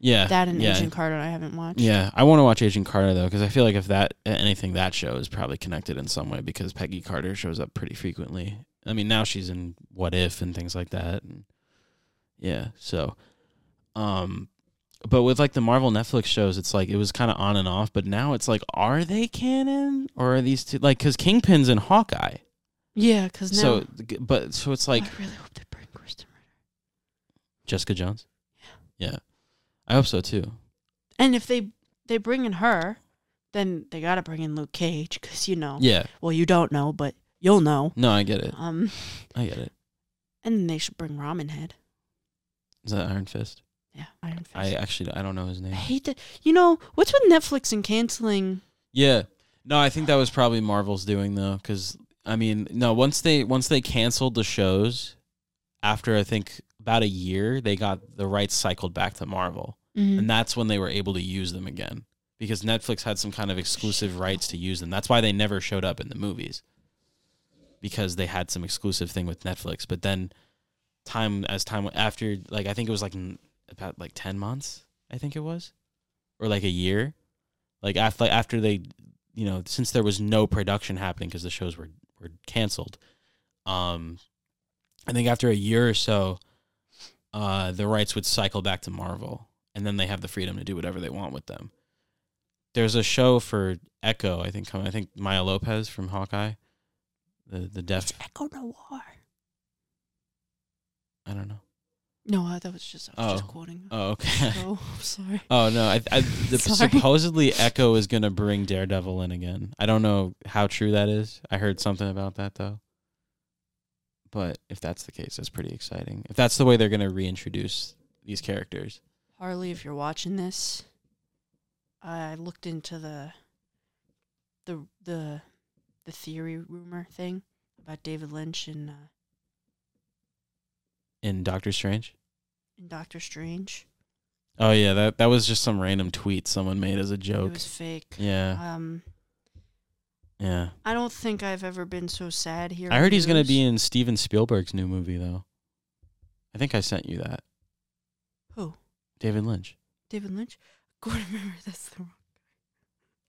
Yeah,
That and
yeah,
Agent Carter, I haven't watched.
Yeah, I want to watch Agent Carter though because I feel like if that anything that show is probably connected in some way because Peggy Carter shows up pretty frequently. I mean, now she's in What If and things like that. And yeah, so, um, but with like the Marvel Netflix shows, it's like it was kind of on and off, but now it's like, are they canon or are these two like because Kingpin's in Hawkeye?
Yeah, because now
So, but so it's
(sighs)
like
I really hope they bring Kristen Ritter.
Jessica Jones. Yeah, I hope so too.
And if they they bring in her, then they gotta bring in Luke Cage because you know.
Yeah,
Well, you don't know, but you'll know.
no, I get it.
Um,
I get it.
and then they should bring Ramen Head.
Is that Iron Fist?
Yeah, Iron Fist.
I
I,
actually I don't know his name.
hate that. You know what's with Netflix and canceling?
Yeah, no, I think that was probably Marvel's doing though, because I mean, no, once they once they canceled the shows, after I think about a year, they got the rights cycled back to Marvel,
Mhm.
and that's when they were able to use them again because Netflix had some kind of exclusive rights to use them. That's why they never showed up in the movies because they had some exclusive thing with Netflix. But then, time as time went after, like I think it was like n- about like ten months, I think it was, or like a year, like after after they, you know, since there was no production happening because the shows were were canceled, um, I think after a year or so, uh, the rights would cycle back to Marvel and then they have the freedom to do whatever they want with them. There's a show for Echo, I think coming. I think Maya Lopez from Hawkeye, the the deaf.
It's Echo Noir.
I don't know.
No, uh, that was just I was just
Oh.
quoting.
Oh (laughs) okay.
Oh, (laughs) I'm sorry.
Oh no! I,
(laughs)
I, the,
Sorry.
supposedly Echo is gonna bring Daredevil in again. I don't know how true that is. I heard something about that though. But if that's the case, that's pretty exciting. If that's the way they're gonna reintroduce these characters,
Harley, if you're watching this, I looked into the the the the theory rumor thing about David Lynch and uh,
in Doctor Strange.
and Doctor Strange.
Oh yeah, that that was just some random tweet someone made as a
It
joke.
was fake.
Yeah,
Um,
yeah.
I don't think I've ever been so sad here.
I heard he's gonna be in Steven Spielberg's new movie though. I think I sent you that.
Who?
David Lynch.
David Lynch. Gordon Remember that's the wrong.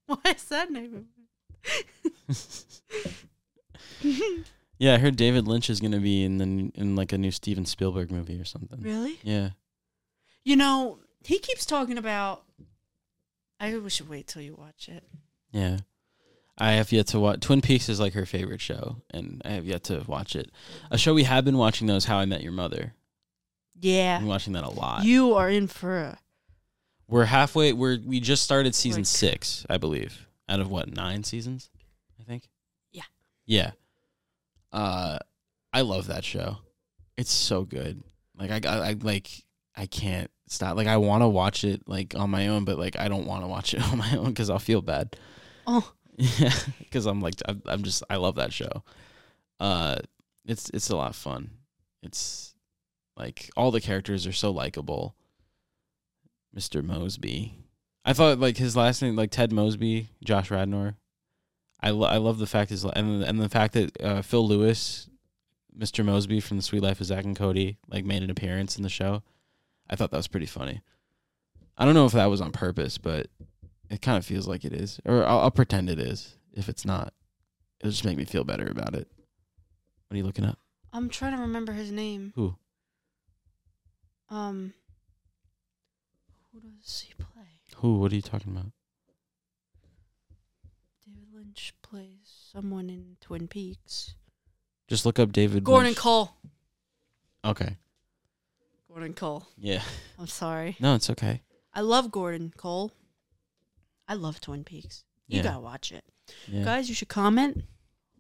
(laughs) Why is that name?
Hmm. (laughs) Yeah, I heard David Lynch is gonna be in the n- in like a new Steven Spielberg movie or something.
Really?
Yeah.
You know, he keeps talking about. I we should wait till you watch it.
Yeah. I have yet to watch Twin Peaks is like her favorite show, and I have yet to watch it. A show we have been watching though is How I Met Your Mother. I've
Yeah,
been watching that a lot.
you are in for. a-
we're halfway. We're we just started season
Like-
six, I believe, out of what nine seasons, I think.
Yeah.
Yeah. Uh, I love that show. It's so good. Like I got I like I can't stop. Like I want to watch it like on my own, but like I don't want to watch it (laughs) on my own because I'll feel bad.
Oh,
(laughs) Yeah, because I'm like I'm, I'm just I love that show. Uh, it's it's a lot of fun. It's like all the characters are so likable. Mr. Mosby, I thought like his last name like Ted Mosby, Josh Radnor. I lo- I love the fact is and and the fact that uh, Phil Lewis, Mr. Mosby from the Sweet Life of Zach and Cody, like made an appearance in the show. I thought that was pretty funny. I don't know if that was on purpose, but it kind of feels like it is, or I'll, I'll pretend it is. If it's not, it'll just make me feel better about it. What are you looking up?
I'm trying to remember his name.
Who?
Um, who does he play?
Who? What are you talking about?
David Lynch plays someone in Twin Peaks.
Just look up David.
Gordon
Lynch.
Cole.
Okay.
Gordon Cole.
Yeah.
I'm sorry.
No, it's okay.
I love Gordon Cole. I love Twin Peaks. You
Yeah.
gotta watch it.
Yeah.
Guys, you should comment.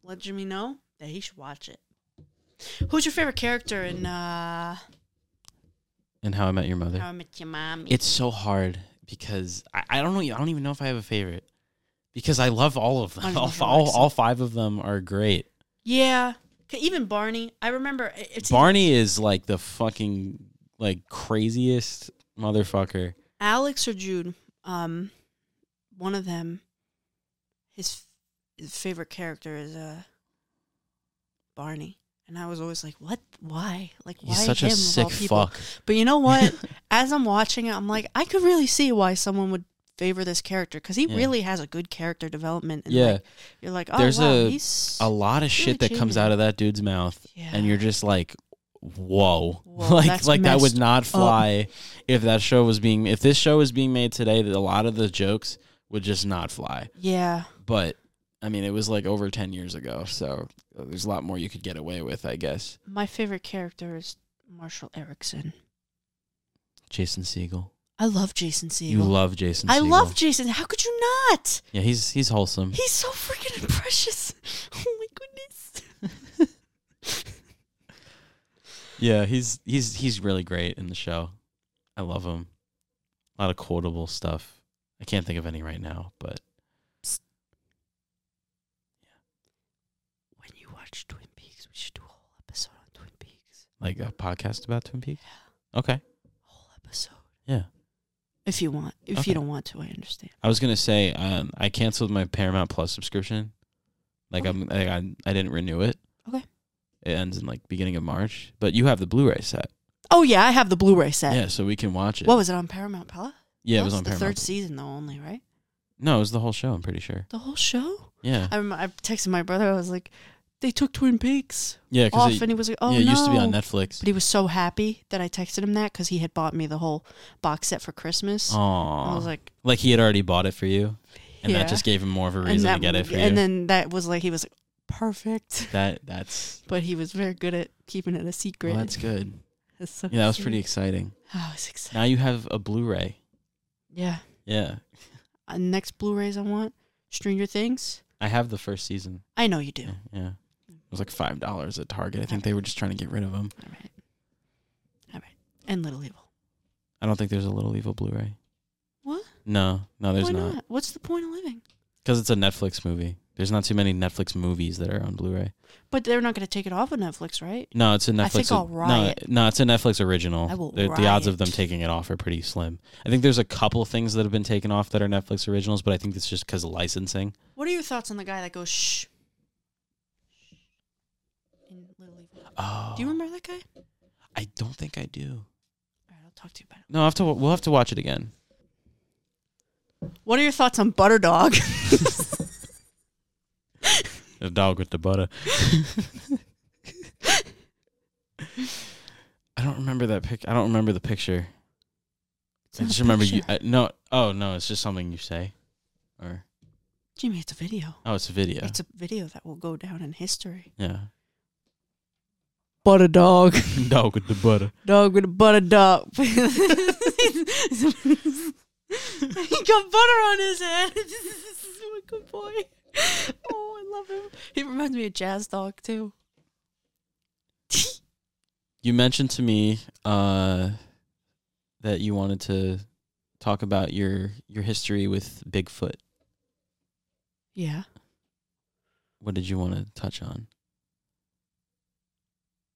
Let Jimmy know that he should watch it. Who's your favorite character in uh,
And how I met your mother.
How I Met Your Mommy?
It's so hard because I, I don't know. I don't even know if I have a favorite because I love all of
I
them.
love
All, (laughs)
her
all,
accent.
all five of them are great.
yeah. 'Kay, Even Barney. I remember i- it's
Barney is like the fucking like craziest motherfucker.
Alex or Jude. Um, one of them. His, f- his favorite character is uh, Barney, and I was always like, "What? Why? Like, why
He's such
him
a
of all
sick
people?"
fuck.
But you
(laughs)
know what? As I'm watching it, I'm like, I could really see why someone would favor this character because he
Yeah.
really has a good character development. And
Yeah.
like, you're like, oh
There's
wow,
a-
he's
a lot of shit that comes
changing.
out of that dude's mouth
yeah.
and you're just like whoa, (laughs)
Whoa,
like
that's
like that would
messed
not fly if that show was being if this show was being made today that a lot of the jokes would just not fly
yeah,
but i mean it was like over 10 years ago so there's a lot more you could get away with i guess
my favorite character is Marshall Erickson.
jason siegel
I love Jason Segel.
you love jason
I
Segel.
love Jason. How could you not?
yeah he's he's wholesome
He's so freaking precious. (laughs) Oh my goodness.
yeah he's he's he's really great in the show i love him a lot of quotable stuff i can't think of any right now but
When you watch Twin Peaks, we should do a whole episode on Twin Peaks.
like a podcast about twin peaks
Yeah,
okay
a whole episode.
Yeah.
If you want, if
Okay.
you don't want to, I understand.
I was gonna say um, I canceled my Paramount Plus subscription. Like
Okay.
I'm, I, I I didn't renew it.
Okay.
It ends in like beginning of March, but you have the Blu-ray set.
Oh yeah, I have the Blu-ray set.
Yeah, so we can watch it.
What was it on Paramount Plus?
yeah, it was on
the
Paramount.
third season though, only right?
No, it was the whole show. I'm pretty sure.
The whole show.
Yeah,
I remember I texted my brother. I was like, "They took Twin Peaks
yeah,
off,"
because it,
and he was like, "Oh
yeah,
no!"
it used to be on Netflix.
But he was so happy that I texted him that because he had bought me the whole box set for Christmas. I
Aw,
was
like,
like,
he had already bought it for you, and
yeah.
that just gave him more of a reason to
that-
get it for
And
you.
then that was like he was like, perfect, (laughs)
that that's
but he was very good at keeping it a secret.
well, that's good.
(laughs) That's so
Yeah, that was
sweet.
pretty exciting.
Oh, it's exciting.
Now you have a Blu-ray.
Yeah.
Yeah,
Uh, next Blu-rays I want Stranger Things.
I have the first season.
I know you do.
Yeah, yeah. it was like five dollars at Target. I think they were just trying to get rid of them.
All right. All right. And Little Evil.
I don't think there's a Little Evil Blu-ray.
What?
No, no, there's
Why not?
not.
What's the point of living?
Because it's a Netflix movie. There's not too many Netflix movies that are on Blu-ray.
But they're not going to take it off of Netflix, right?
No, it's a Netflix.
I think I'll riot.
No, no, it's a Netflix original.
I will
the, the odds of them
riot.
taking it off are pretty slim. I think there's a couple things that have been taken off that are Netflix originals, but I think it's just because of licensing.
What are your thoughts on the guy that goes shh? In Little Evil.
Oh,
Do you remember that guy? All
I don't think I do.
right, I'll talk to you about it.
No, I have to. We'll have to watch it again.
What are your thoughts on Butter (laughs) Dog?
The dog with the
(laughs)
butter. (laughs) I don't remember that pic. I don't remember the picture. I just remember you. I, no, oh no, it's just something you say, or
Jimmy, it's a video.
oh, it's a video.
It's a video that will go down in history. (laughs)
yeah,
Butter Dog.
dog with the butter.
Dog with a butter dog. (laughs) he got butter on his head. (laughs) what a good boy. Oh, I love him. He reminds me of Jazz Dog, too.
You mentioned to me uh, that you wanted to talk about your your history with Bigfoot.
Yeah.
What did you want to touch on?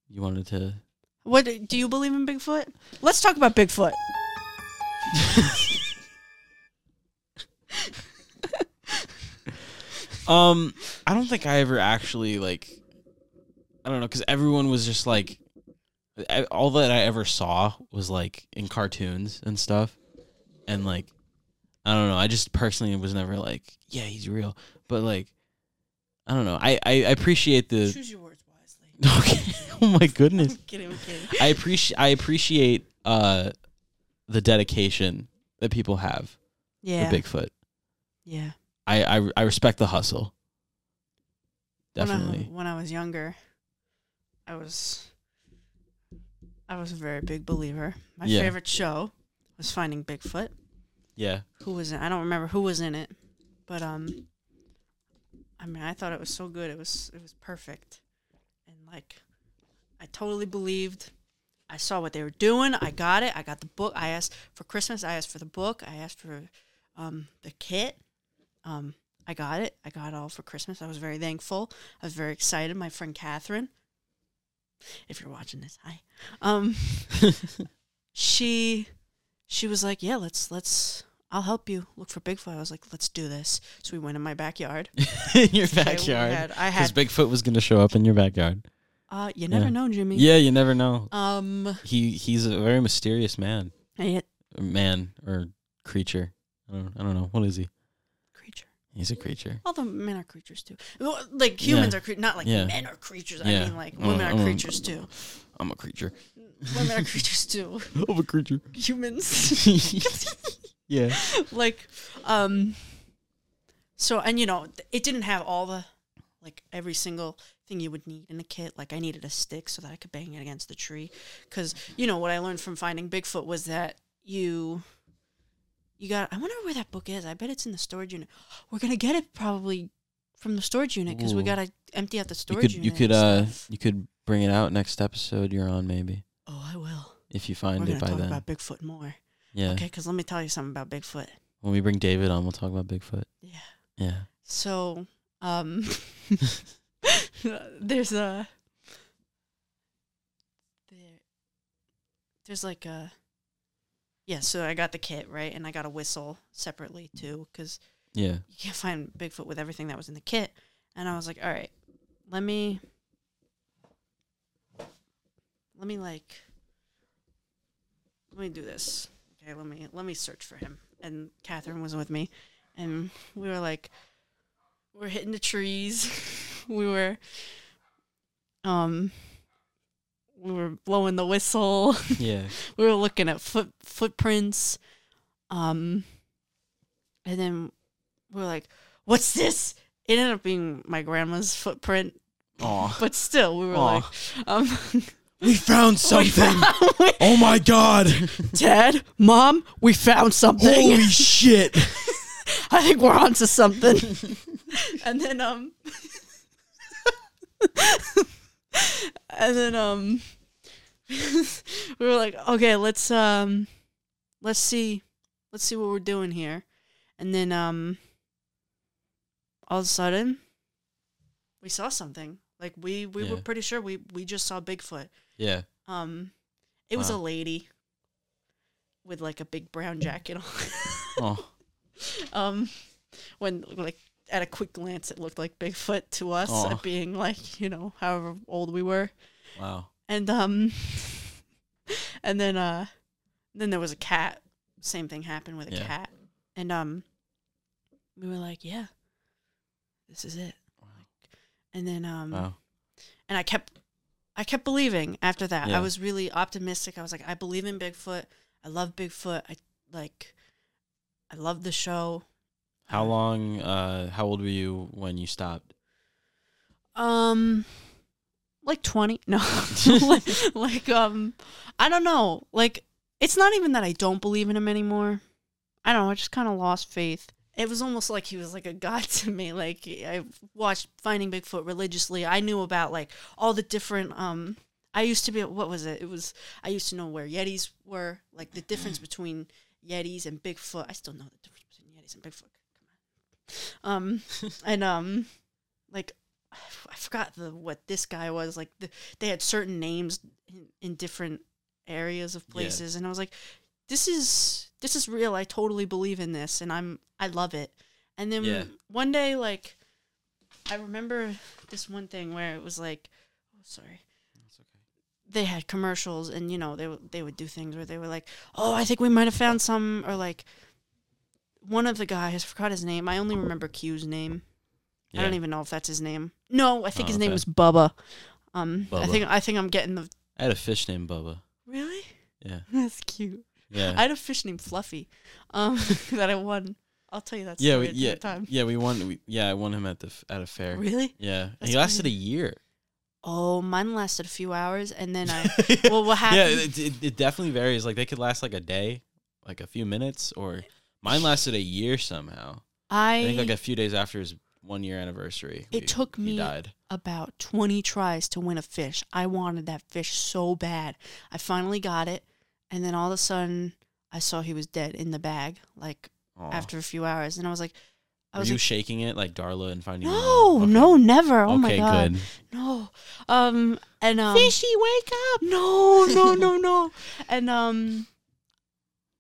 You wanted to.
What do you believe in Bigfoot? Let's talk
(laughs)
about Bigfoot.
Um, I don't think I ever actually like. I don't know because everyone was just like, I, all that I ever saw was like in cartoons and stuff, and like, I don't know. I just personally was never like, yeah, he's real, but like, I don't know. I I, I appreciate the.
Choose your words wisely.
(laughs)
(laughs)
Okay. oh my goodness.
I'm kidding, I'm kidding.
I appreciate I appreciate uh the dedication that people have
Yeah.
to Bigfoot.
yeah.
I, I I respect the hustle.
When I-
Definitely.
When I, was younger, I was I was a very big believer. My
Yeah.
favorite show was Finding Bigfoot.
Yeah.
Who was in I don't remember who was in it, but um I mean, I thought it was so good. It was it was perfect. And like I totally believed. I saw what they were doing. I got it. I got the book. I asked for Christmas. I asked for the book. I asked for um, the kit. Um, I got it. I got it all for Christmas. I was very thankful. I was very excited. My friend Catherine, if you're watching this, hi. Um,
(laughs)
she, she was like, "Yeah, let's let's. I'll help you look for Bigfoot." I was like, "Let's do this." So we went in my backyard.
in your
I
(laughs) backyard.
had- I
Because
had.
Bigfoot was gonna show up in your backyard.
Uh, you never
Yeah.
know, Jimmy.
Yeah, you never know.
Um,
He he's a very mysterious man.
I had
Man or creature. I don't I don't know. What is he?
creature.
He's a creature.
Although men are creatures too, Well, like humans
Yeah.
are cre- not like
Yeah.
men are creatures.
Yeah. Uh, uh-huh.
I mean, like
Well,
women
I'm
are
a-
creatures
(laughs)
too.
I'm a creature. (laughs)
Women are creatures too. (laughs)
I'm a creature. (laughs)
Humans,
yeah.
like, um, so and you know, th- it didn't have all the like every single thing you would need in a kit. Like I needed a stick so that I could bang it against the tree, because you know what I learned from finding Bigfoot was that you. You got. I wonder where that book is. I bet it's in the storage unit. We're gonna get it probably from the storage unit because we
Ooh.
gotta empty out the
You
storage
could
unit.
you
and
could uh
stuff.
you could bring it out next episode you're on maybe.
Oh, I will.
If you
We're
find
gonna
it by
talk
then.
about Bigfoot more.
yeah.
Okay, because let me tell you something about Bigfoot.
When we bring David on, we'll talk about Bigfoot.
Yeah.
Yeah.
So, um, (laughs) there's a there, there's like a yeah. So I got the kit right, and I got a whistle separately too, because (laughs)
Yeah.
you can't find Bigfoot with everything that was in the kit. And I was like, all right, let me, let me like, let me do this. Okay, let me let me search for him. And Catherine was with me, and we were like, we're hitting the trees. (laughs) we were, um, we were blowing the whistle.
Yeah.
we were looking at foot footprints um and then we were like what's this it ended up being my grandma's footprint
Aw.
but still we were
Aw.
like um (laughs)
We found oh my god.
(laughs) dad mom we found something
Oh, shit.
i think we're onto something (laughs) and then um (laughs) and then um (laughs) we were like okay let's um let's see let's see what we're doing here and then um all of a sudden we saw something like we we were
Yeah.
pretty sure we we just saw bigfoot
(laughs) Yeah.
um it was a
Wow.
lady with like a big brown jacket on
Oh.
um when like at a quick glance it looked like bigfoot to us
Aw.
at being like you know however old we were
Wow.
and um (laughs) and then uh then there was a cat same thing happened with a
Yeah.
cat and um we were like, yeah, this is it. Like, and then, um,
Wow.
and I kept, I kept believing after that.
Yeah.
I was really optimistic. I was like, I believe in Bigfoot. I love Bigfoot. I like, I love the show.
How long? Uh, how old were you when you stopped?
Um, like twenty? No, (laughs) like, like um, I don't know. Like it's not even that I don't believe in him anymore. I don't know. I just kind of lost faith. It was almost like he was like a god (laughs) to me. Like I watched Finding Bigfoot religiously. I knew about like all the different um. I used to be what was it? It was I used to know where Yetis were, like the difference between Yetis and Bigfoot. I still know the difference between Yetis and Bigfoot. Come on. Um and um like I f- I forgot the what this guy was like. The, they had certain names in, in different areas of
Yeah.
places, and I was like, "This is this is real. I totally believe in this, and I'm I love it." And then
Yeah.
one day, like, I remember this one thing where it was like, "Oh, sorry." They had commercials, and you know they w- they would do things where they were like, "Oh, I think we might have found some," or like, one of the guys I forgot his name. I only remember Q's name. I don't even know if that's his name. No, I think
Oh,
his name
okay.
was Bubba. Um, I
Bubba.
think I think I'm getting the
I had a fish named Bubba.
really. (laughs)
Yeah.
That's cute.
Yeah.
I had a fish named Fluffy, um, (laughs) that I won. I'll tell you that story
yeah. We,
at
yeah.
the time.
Yeah. We won. We, yeah. I won him at the f- at a fair.
Really?
Yeah.
That's
he lasted a year.
Oh, mine lasted a few hours, and
(laughs)
then I. (laughs) well, what happened?
yeah. It, it, it definitely varies. Like they could last like a day, like a few minutes, or mine lasted a year somehow.
I,
I, think like a few days after his one year anniversary.
It took
He
me
died.
about 20 tries to win a fish. I wanted that fish so bad. I finally got it, and then all of a sudden, I saw he was dead in the bag, like
Aw.
after a few hours, and I was like, I
Were
was
you
like,
shaking it like Darla and Finding
no,
Nemo? Okay.
no, never. Oh my
okay,
god.
good.
No. Um and um Fishy, wake up. No,
(laughs)
no, no, no. and um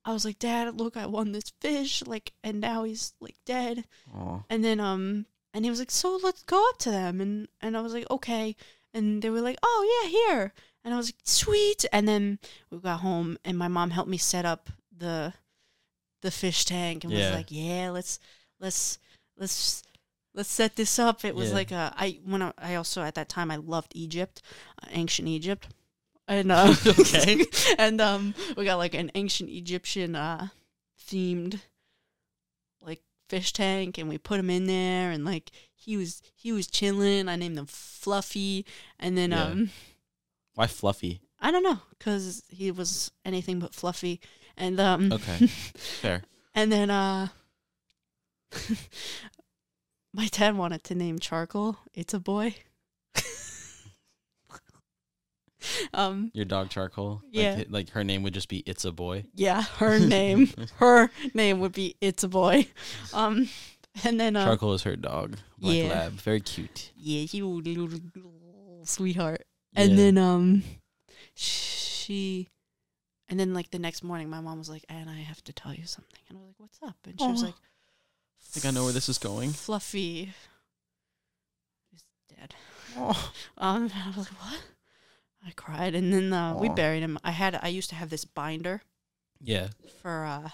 I was like, Dad, look, I won this fish, like and now he's like dead.
Aw.
And then um and he was like, So let's go up to them and and I was like, Okay. And they were like, Oh yeah, here and I was like, Sweet and then we got home and my mom helped me set up the the fish tank and
Yeah.
was like, Yeah, let's let's let's let's set this up. It was
Yeah.
like a I when I, I also at that time I loved Egypt, uh, ancient Egypt,
(laughs)
and uh,
Okay.
(laughs) and um we got like an ancient Egyptian uh themed like fish tank, and we put him in there, and like he was he was chilling. I named him Fluffy, and then
Yeah.
um
Why fluffy?
I don't know because he was anything but fluffy, and um (laughs)
Okay. Fair.
and then uh (laughs) my dad wanted to name Charcoal. It's a boy. (laughs) um
Your dog charcoal. Like,
Yeah.
hi- like her name would just be It's a Boy.
yeah,
(laughs)
her name her name would be It's a Boy. Um and then uh
Charcoal is her dog. Black
Yeah.
lab. Very cute.
yeah, he would little sweetheart. And
Yeah.
then um she and then like the next morning my mom was like, "And I have to tell you something." And I was like, "What's up?" And she was
Aw.
like,
I think I know where this is going.
Fluffy is dead.
Aw.
Um, and I was like, what? I cried, and then uh, we
Aw.
buried him. I had I used to have this binder
Yeah.
for uh,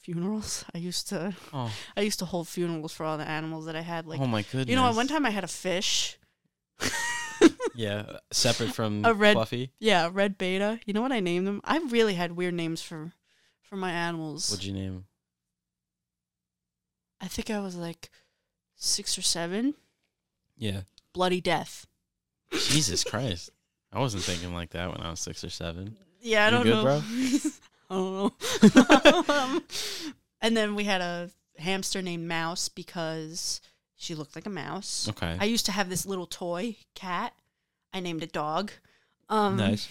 funerals. (laughs) I used to
Oh,
I used to hold funerals for all the animals that I had. Like
oh my goodness.
you know, at one time I had a fish. (laughs)
Yeah. Separate from
A red-
Fluffy.
yeah, red beta. You know what I named them? I really had weird names for for my animals.
What'd you name? him?
I think I was like six or seven.
Yeah.
Bloody death.
Jesus Christ. I wasn't thinking like that when I was six or seven.
(laughs) Yeah, I
You
don't
good, bro?
know. (laughs) I don't know. (laughs) (laughs) Um, and then we had a hamster named Mouse because she looked like a mouse.
Okay.
I used to have this little toy cat. I named it Dog. Um,
nice.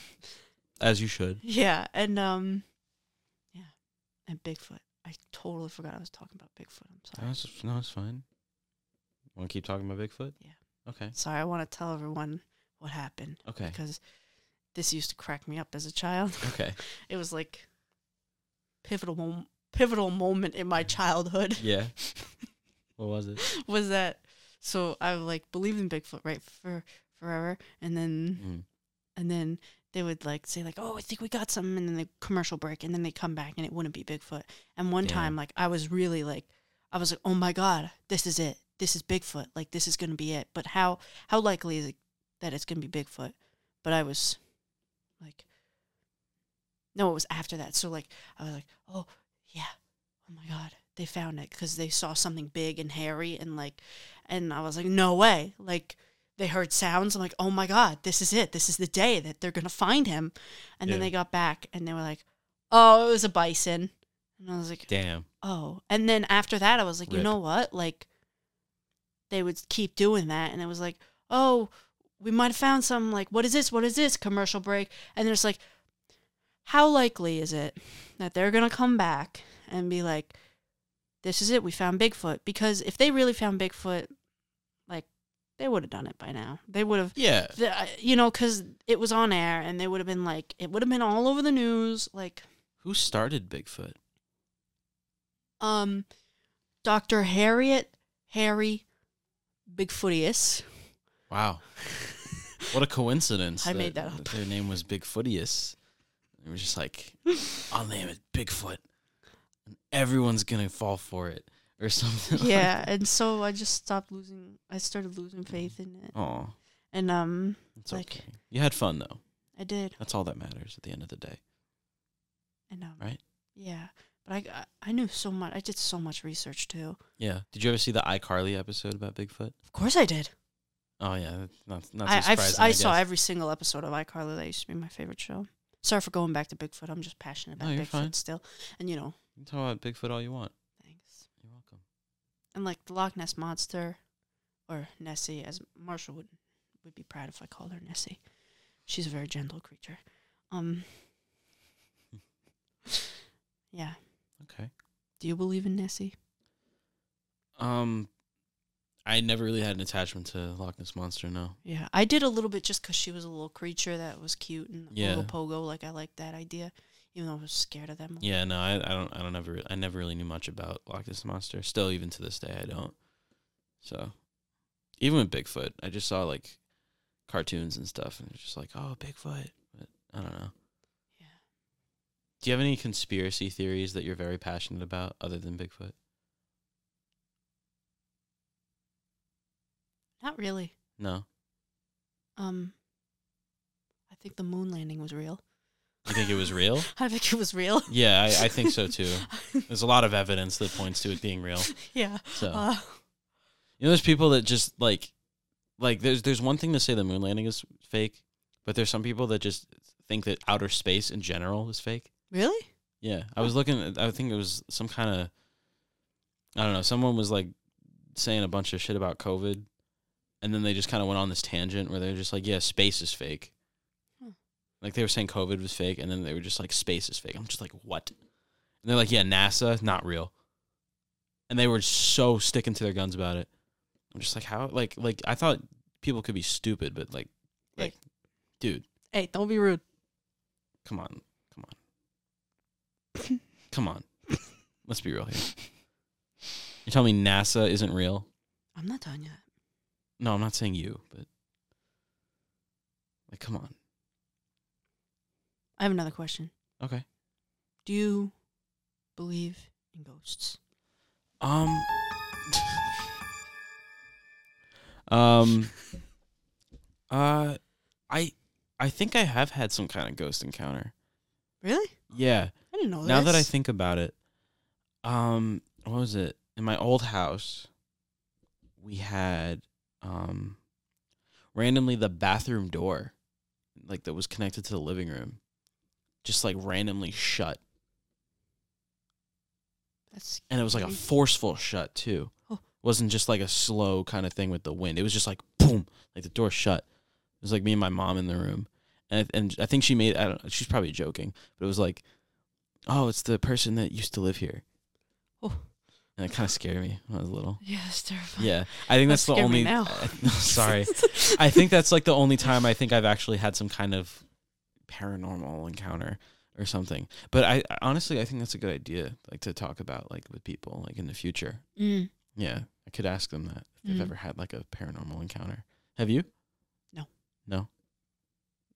As you should.
Yeah, and um, yeah, and Bigfoot. I totally forgot I was talking about Bigfoot. I'm sorry.
No, it's, no, it's fine. Want to keep talking about Bigfoot?
Yeah.
Okay.
Sorry. I want to tell everyone what happened
Okay.
because this used to crack me up as a child. (laughs)
Okay.
it was like pivotal mom- pivotal moment in my childhood (laughs)
Yeah. (laughs) What was it?
was that so I like believed in Bigfoot right for forever and then
Mm.
and then they would like say like, "Oh, I think we got something," and then the commercial break, and then they come back and it wouldn't be Bigfoot. And one
Damn.
time, like I was really like, I was like, "Oh my god, this is it. This is Bigfoot. Like this is gonna be it." But how how likely is it that it's gonna be Bigfoot? But I was like, no, it was after that. So like I was like, "Oh yeah, oh my god." They found it because they saw something big and hairy, and like, and I was like, no way. Like, they heard sounds. I'm like, oh my God, this is it. This is the day that they're going to find him. And then
Yeah.
they got back and they were like, oh, it was a bison. And I was like,
Damn.
oh. And then after that, I was like, you
Rip.
know what? Like, they would keep doing that. And it was like, oh, we might have found some. Like, what is this? What is this? Commercial break. And then it's like, how likely is it that they're going to come back and be like, this is it. We found Bigfoot. Because if they really found Bigfoot, like, they would have done it by now. They would have
Yeah.
the, I- you know, because it was on air and they would have been like, it would have been all over the news. Like,
Who started Bigfoot?
um, Dr. Harriet Harry
(laughs)
Bigfootius.
Wow. What a coincidence.
I made that up.
Their name was Bigfootius. They were just like, I'll name it Bigfoot. And everyone's going to fall for it or something.
yeah. And so I just stopped losing, I started losing faith in it.
Oh,
And, um,
it's
Like-
okay. You had fun, though.
I did.
That's all that matters at the end of the day.
And, um,
Right.
Yeah. But I, I- I knew so much. I did so much research too.
Yeah. Did you ever see the iCarly episode about Bigfoot?
Of course I did.
Oh, yeah. Not, not
I,
so
I've,
surprising.
I, saw
guess.
every single episode of iCarly. That used to be my favorite show. Sorry for going back to Bigfoot. I'm just passionate
No,
about
you're
Bigfoot
fine.
still. And, you know,
You can talk about Bigfoot all you want.
thanks.
You're welcome.
and like the Loch Ness monster, or Nessie, as Marshall would would be proud if I called her Nessie. She's a very gentle creature.
(laughs)
Um. Yeah.
Okay.
Do you believe in Nessie?
Um, I never really had an attachment to Loch Ness Monster, no.
Yeah, I did a little bit just because she was a little creature that was cute and
Yeah.
little pogo. Like I liked that idea, even though I was scared of them.
Yeah, no, I, I don't, I don't ever, I never really knew much about Loch Ness monster. Still, even to this day, I don't. So, even with Bigfoot, I just saw like cartoons and stuff, and it's just like, oh, Bigfoot. But I don't know.
Yeah.
Do you have any conspiracy theories that you're very passionate about, other than Bigfoot?
Not really.
No,
Um. I think the moon landing was real.
you think it was
(laughs)
real?
I think it was real. (laughs)
yeah, I, I think so too. There's a lot of evidence that points to it being real.
yeah.
So.
Uh,
You know, there's people that just like, like there's there's one thing to say the moon landing is fake, but there's some people that just think that outer space in general is fake.
really?
Yeah, I was looking. At, I think it was some kind of, I don't know. Someone was like saying a bunch of shit about COVID, and then they just kind of went on this tangent where they're just like, yeah, space is fake.
Hmm.
Like they were saying COVID was fake, and then they were just like, space is fake. I'm just like, what? And they're like, yeah, NASA, not real. And they were so sticking to their guns about it. I'm just like, how? Like, like I thought people could be stupid, but like,
Hey.
like, dude,
Hey, don't be rude.
come on, come on, come on. Let's be real here. You're telling me NASA isn't real?
I'm not telling you that.
No, I'm not saying you, but like, come on.
I have another question.
Okay.
Do you believe in ghosts?
Um. (laughs) um. Uh, I, I think I have had some kind of ghost encounter.
Really?
Yeah.
I didn't know
now that I think about it, um, what was it? In my old house, we had um, randomly the bathroom door, like that was connected to the living room, just like randomly shut,
that's
and it was like a
Mhm.
forceful shut too.
Oh.
wasn't just like a slow kind of thing with the wind. It was just like boom, like the door shut. It was like me and my mom in the room, and and I think she made. I don't. She's probably joking, but it was like, oh, it's the person that used to live here.
oh
and it kind of scared me when I was
(laughs)
little.
yeah, that's terrifying.
Yeah, I think
That
that's the
scared me
only.
now.
(laughs) I- no, (laughs) sorry,
(laughs)
I think that's like the only time I think I've actually had some kind of paranormal encounter or something. But I I- honestly, I think that's a good idea, like to talk about like with people, like in the future.
Mm.
Yeah, I could ask them that if
Mhm.
they've ever had like a paranormal encounter. Have you?
No.
No.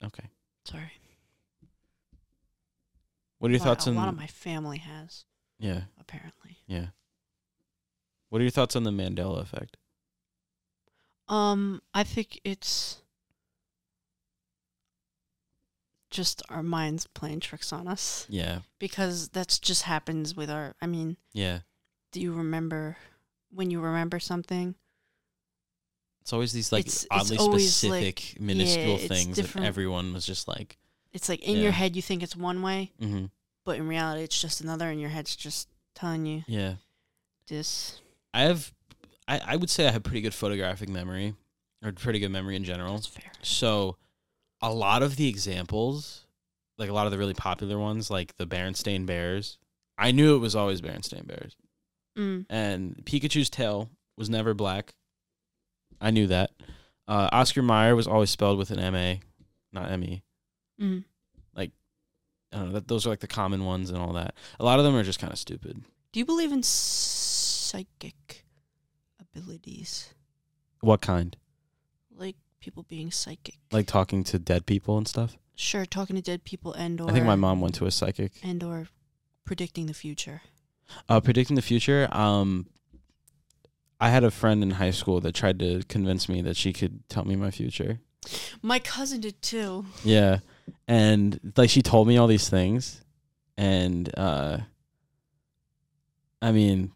Okay.
Sorry.
What are your
But
thoughts
a lot
on
of my family has
yeah
apparently.
yeah? What are your thoughts on the Mandela effect?
Um, I think it's just our minds playing tricks on us
Yeah,
because that's just happens with our. I mean,
yeah.
do you remember when you remember something?
It's always these like
It's- it's
oddly
always,
specific,
like, yeah,
minuscule
it's
things that
different.
everyone was just like,
It's like in your
Yeah.
head you think it's one way,
mm-hmm,
but in reality it's just another, and your head's just telling you
yeah.
this.
I have, I, I would say I have pretty good photographic memory, or pretty good memory in general.
That's fair.
So, a lot of the examples, like a lot of the really popular ones, like the Berenstain Bears, I knew it was always Berenstain Bears,
Mm.
and Pikachu's tail was never black. I knew that. Uh, Oscar Meyer was always spelled with an M A, not M E.
Mm.
I don't know. That, those are like the common ones and all that. A lot of them are just kind of stupid.
Do you believe in psychic abilities,
What kind?
like people being psychic?
Like talking to dead people and stuff.
sure, talking to dead people and or
I think my mom went to a psychic.
and or predicting the future.
Uh, predicting the future. Um, I had a friend in high school that tried to convince me that she could tell me my future.
My cousin did too.
Yeah, and like she told me all these things, and uh, I mean,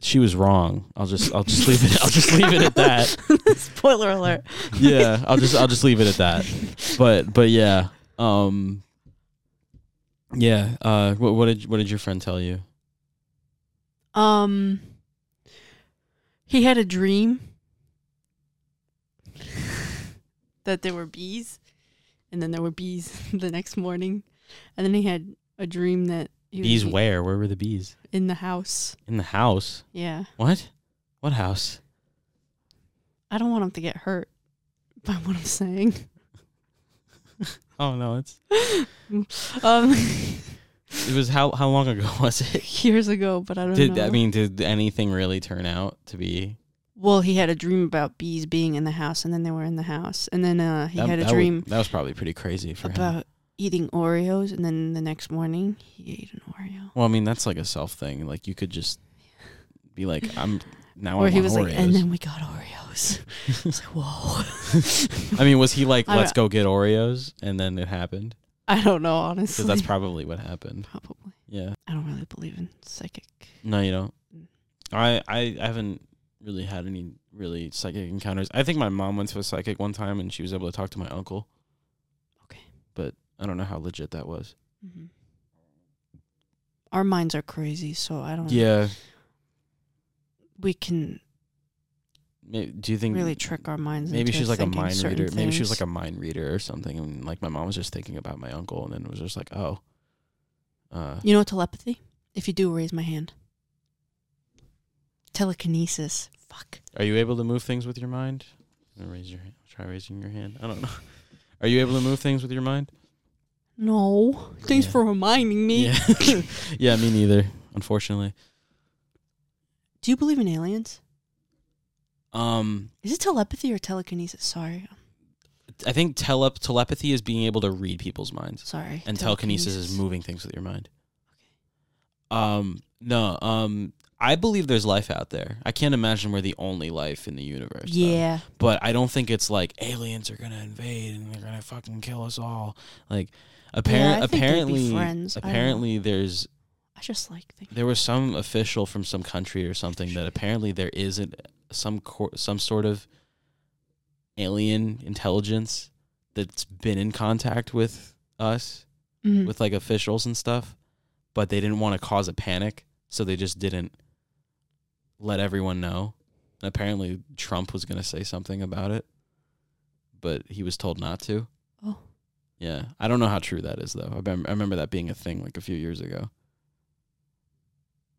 she was wrong. I'll just I'll just leave it. I'll just leave it at that.
(laughs) Spoiler alert.
yeah, I'll just I'll just leave it at that. But but yeah, um, yeah. Uh, what, what did what did your friend tell you?
Um, he had a dream (laughs) that there were bees, and then there were bees (laughs) the next morning, and then he had a dream that he was
Bees
be-
where? Where were the bees?
in the house.
In the house.
Yeah,
What? What house?
I don't want him to get hurt (laughs) by what
(laughs)
I'm saying.
Oh no, it's
Um, (laughs)
it was how how long ago (laughs) was it?
years ago, but I don't
Did
know.
I mean did anything really turn out to be?
Well, he had a dream about bees being in the house, and then they were in the house, and then uh, he
that,
had a
that would-
dream
that was probably pretty crazy for him.
about eating Oreos, and then the next morning he ate an Oreo.
Well, I mean that's like a self thing. Like you could just be like, I'm now.
Where
Oh, I
he
want
was
Oreos.
like, and then we got Oreos. (laughs) I was like, whoa. (laughs)
I mean, was he like,
I don't-
let's go get Oreos, and then it happened?
I don't know,
Because
honestly. (laughs)
that's probably what happened.
probably.
Yeah.
I don't really believe in psychic.
No, you don't. I, I I haven't really had any really psychic encounters. I think my mom went to a psychic one time and she was able to talk to my uncle.
Okay.
But I don't know how legit that was.
Mhm. Our minds are crazy, so I don't.
Yeah.
We can
May- Do you think
really trick our minds.
maybe
into
she's like a
thinking
mind
certain
reader? Maybe she was
things.
like a mind reader or something. And like my mom was just thinking about my uncle and then was just like, oh. Uh,
You know telepathy? If you do, raise my hand. Telekinesis. Fuck.
Are you able to move things with your mind? Or Raise your hand. Try raising your hand. I don't know. (laughs) Are you able to move things with your mind?
No. Thanks
Yeah.
for reminding me. (laughs)
Yeah. (laughs) yeah, me neither, unfortunately.
Do you believe in aliens?
Um,
Is it telepathy or telekinesis? Sorry.
I think tele- telepathy is being able to read people's minds,
Sorry.
and telekinesis, is moving things with your mind. Um, no, um, I believe there's life out there. I can't imagine we're the only life in the universe. though.
Yeah.
but I don't think it's like aliens are gonna invade and they're gonna fucking kill us all. Like,
Yeah,
apparent,
I think they'd be
apparently,
friends. I don't know.
apparently, there's
I just like thinking.
there was some official from some country or something that apparently there isn't some cor- some sort of alien intelligence that's been in contact with us
Mhm.
with like officials and stuff but they didn't want to cause a panic so they just didn't let everyone know and apparently trump was going to say something about it but he was told not to
oh.
yeah i don't know how true that is though i, remem- I remember that being a thing like a few years ago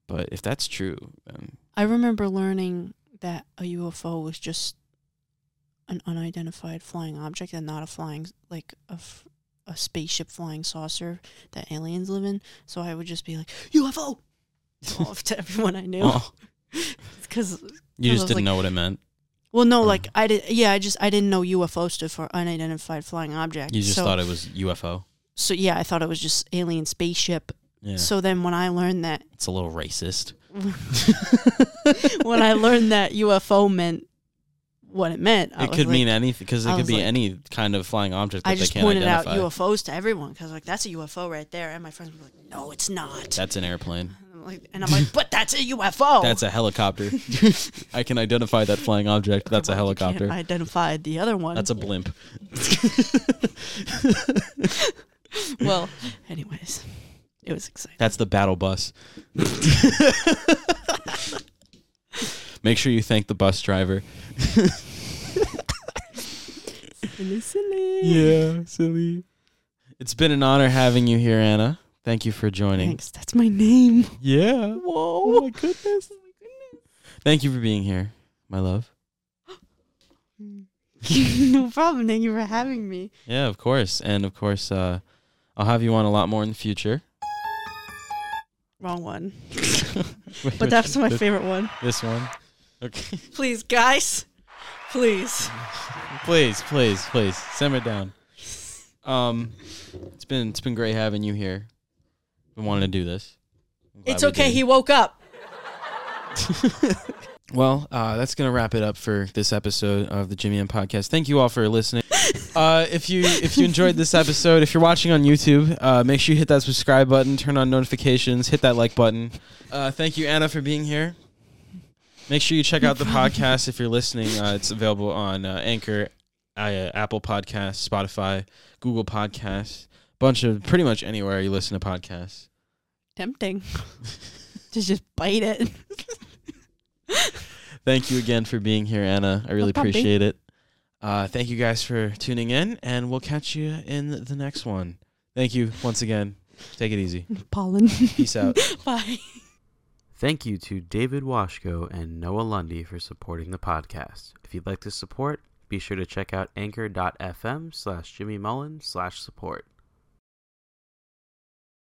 but if that's true then
(laughs) I remember learning that a UFO was just an unidentified flying object and not a flying like a, f- a spaceship flying saucer that aliens live in. So I would just be like
(laughs)
UFO oh, to everyone I knew
Oh,
because
you
I
just
was
didn't
like-
know what it meant
well no
Uh.
like I did yeah I just I didn't know UFO stood for unidentified flying object.
you just
so (laughs)
thought it was ufo
So yeah, I thought it was just alien spaceship.
Yeah.
So then when I learned that
it's a little racist.
when (laughs) I learned that UFO meant what it meant, I
it
was
could
like-
mean anything because it
I
could
was
be
like-
any kind of flying object that
I
they
just
can't
pointed
identify.
out UFOs to everyone because like that's a UFO right there, and my friends were like, "No, it's not."
That's an airplane.
and, I'm like, and I'm like, "But that's a UFO."
That's a
(laughs)
helicopter. (laughs) I can identify that flying object. That's a
Well, you can't
helicopter.
identify the other one.
That's a blimp. (laughs)
well, anyways, it was exciting.
That's the battle
(laughs)
bus. (laughs) Make sure you thank the bus driver.
Silly, silly.
Yeah, silly. It's been an honor having you here, Anna. Thank you for joining.
Thanks. That's my name. (laughs)
Yeah.
Whoa.
Oh my goodness. Thank you for being here, my love.
no problem. Thank you for having me.
Yeah, of course. And of course, uh, I'll have you on a lot more in the future.
Wrong one. (laughs) But that's my favorite one.
(laughs) This one. Okay. (laughs)
Please, guys. Please.
please, please, please. Simmer down. Um it's been it's been great having you here. Been wanting to do this. I'm glad
It's
we
okay.
did.
He woke up.
(laughs) Well, uh, that's going to wrap it up for this episode of the Jimmy M podcast. Thank you all for listening. Uh, if you if you enjoyed this episode, if you're watching on YouTube, uh, make sure you hit that subscribe button, turn on notifications, hit that like button. Uh, thank you, Anna, for being here. Make sure you check out the podcast if you're listening. Uh, it's available on uh, Anchor, uh, Apple Podcasts, Spotify, Google Podcasts, bunch of pretty much anywhere you listen to podcasts.
Tempting. to just bite it.
Thank you again for being here, Anna. I really
No problem.
appreciate it. Uh, thank you guys for tuning in, and we'll catch you in the next one. Thank you once again. Take it easy.
Pollen.
Peace out.
(laughs) Bye.
Thank you to David Washko and Noah Lundy for supporting the podcast. If you'd like to support, be sure to check out anchor.fm slash Jimmy Mullen slash support.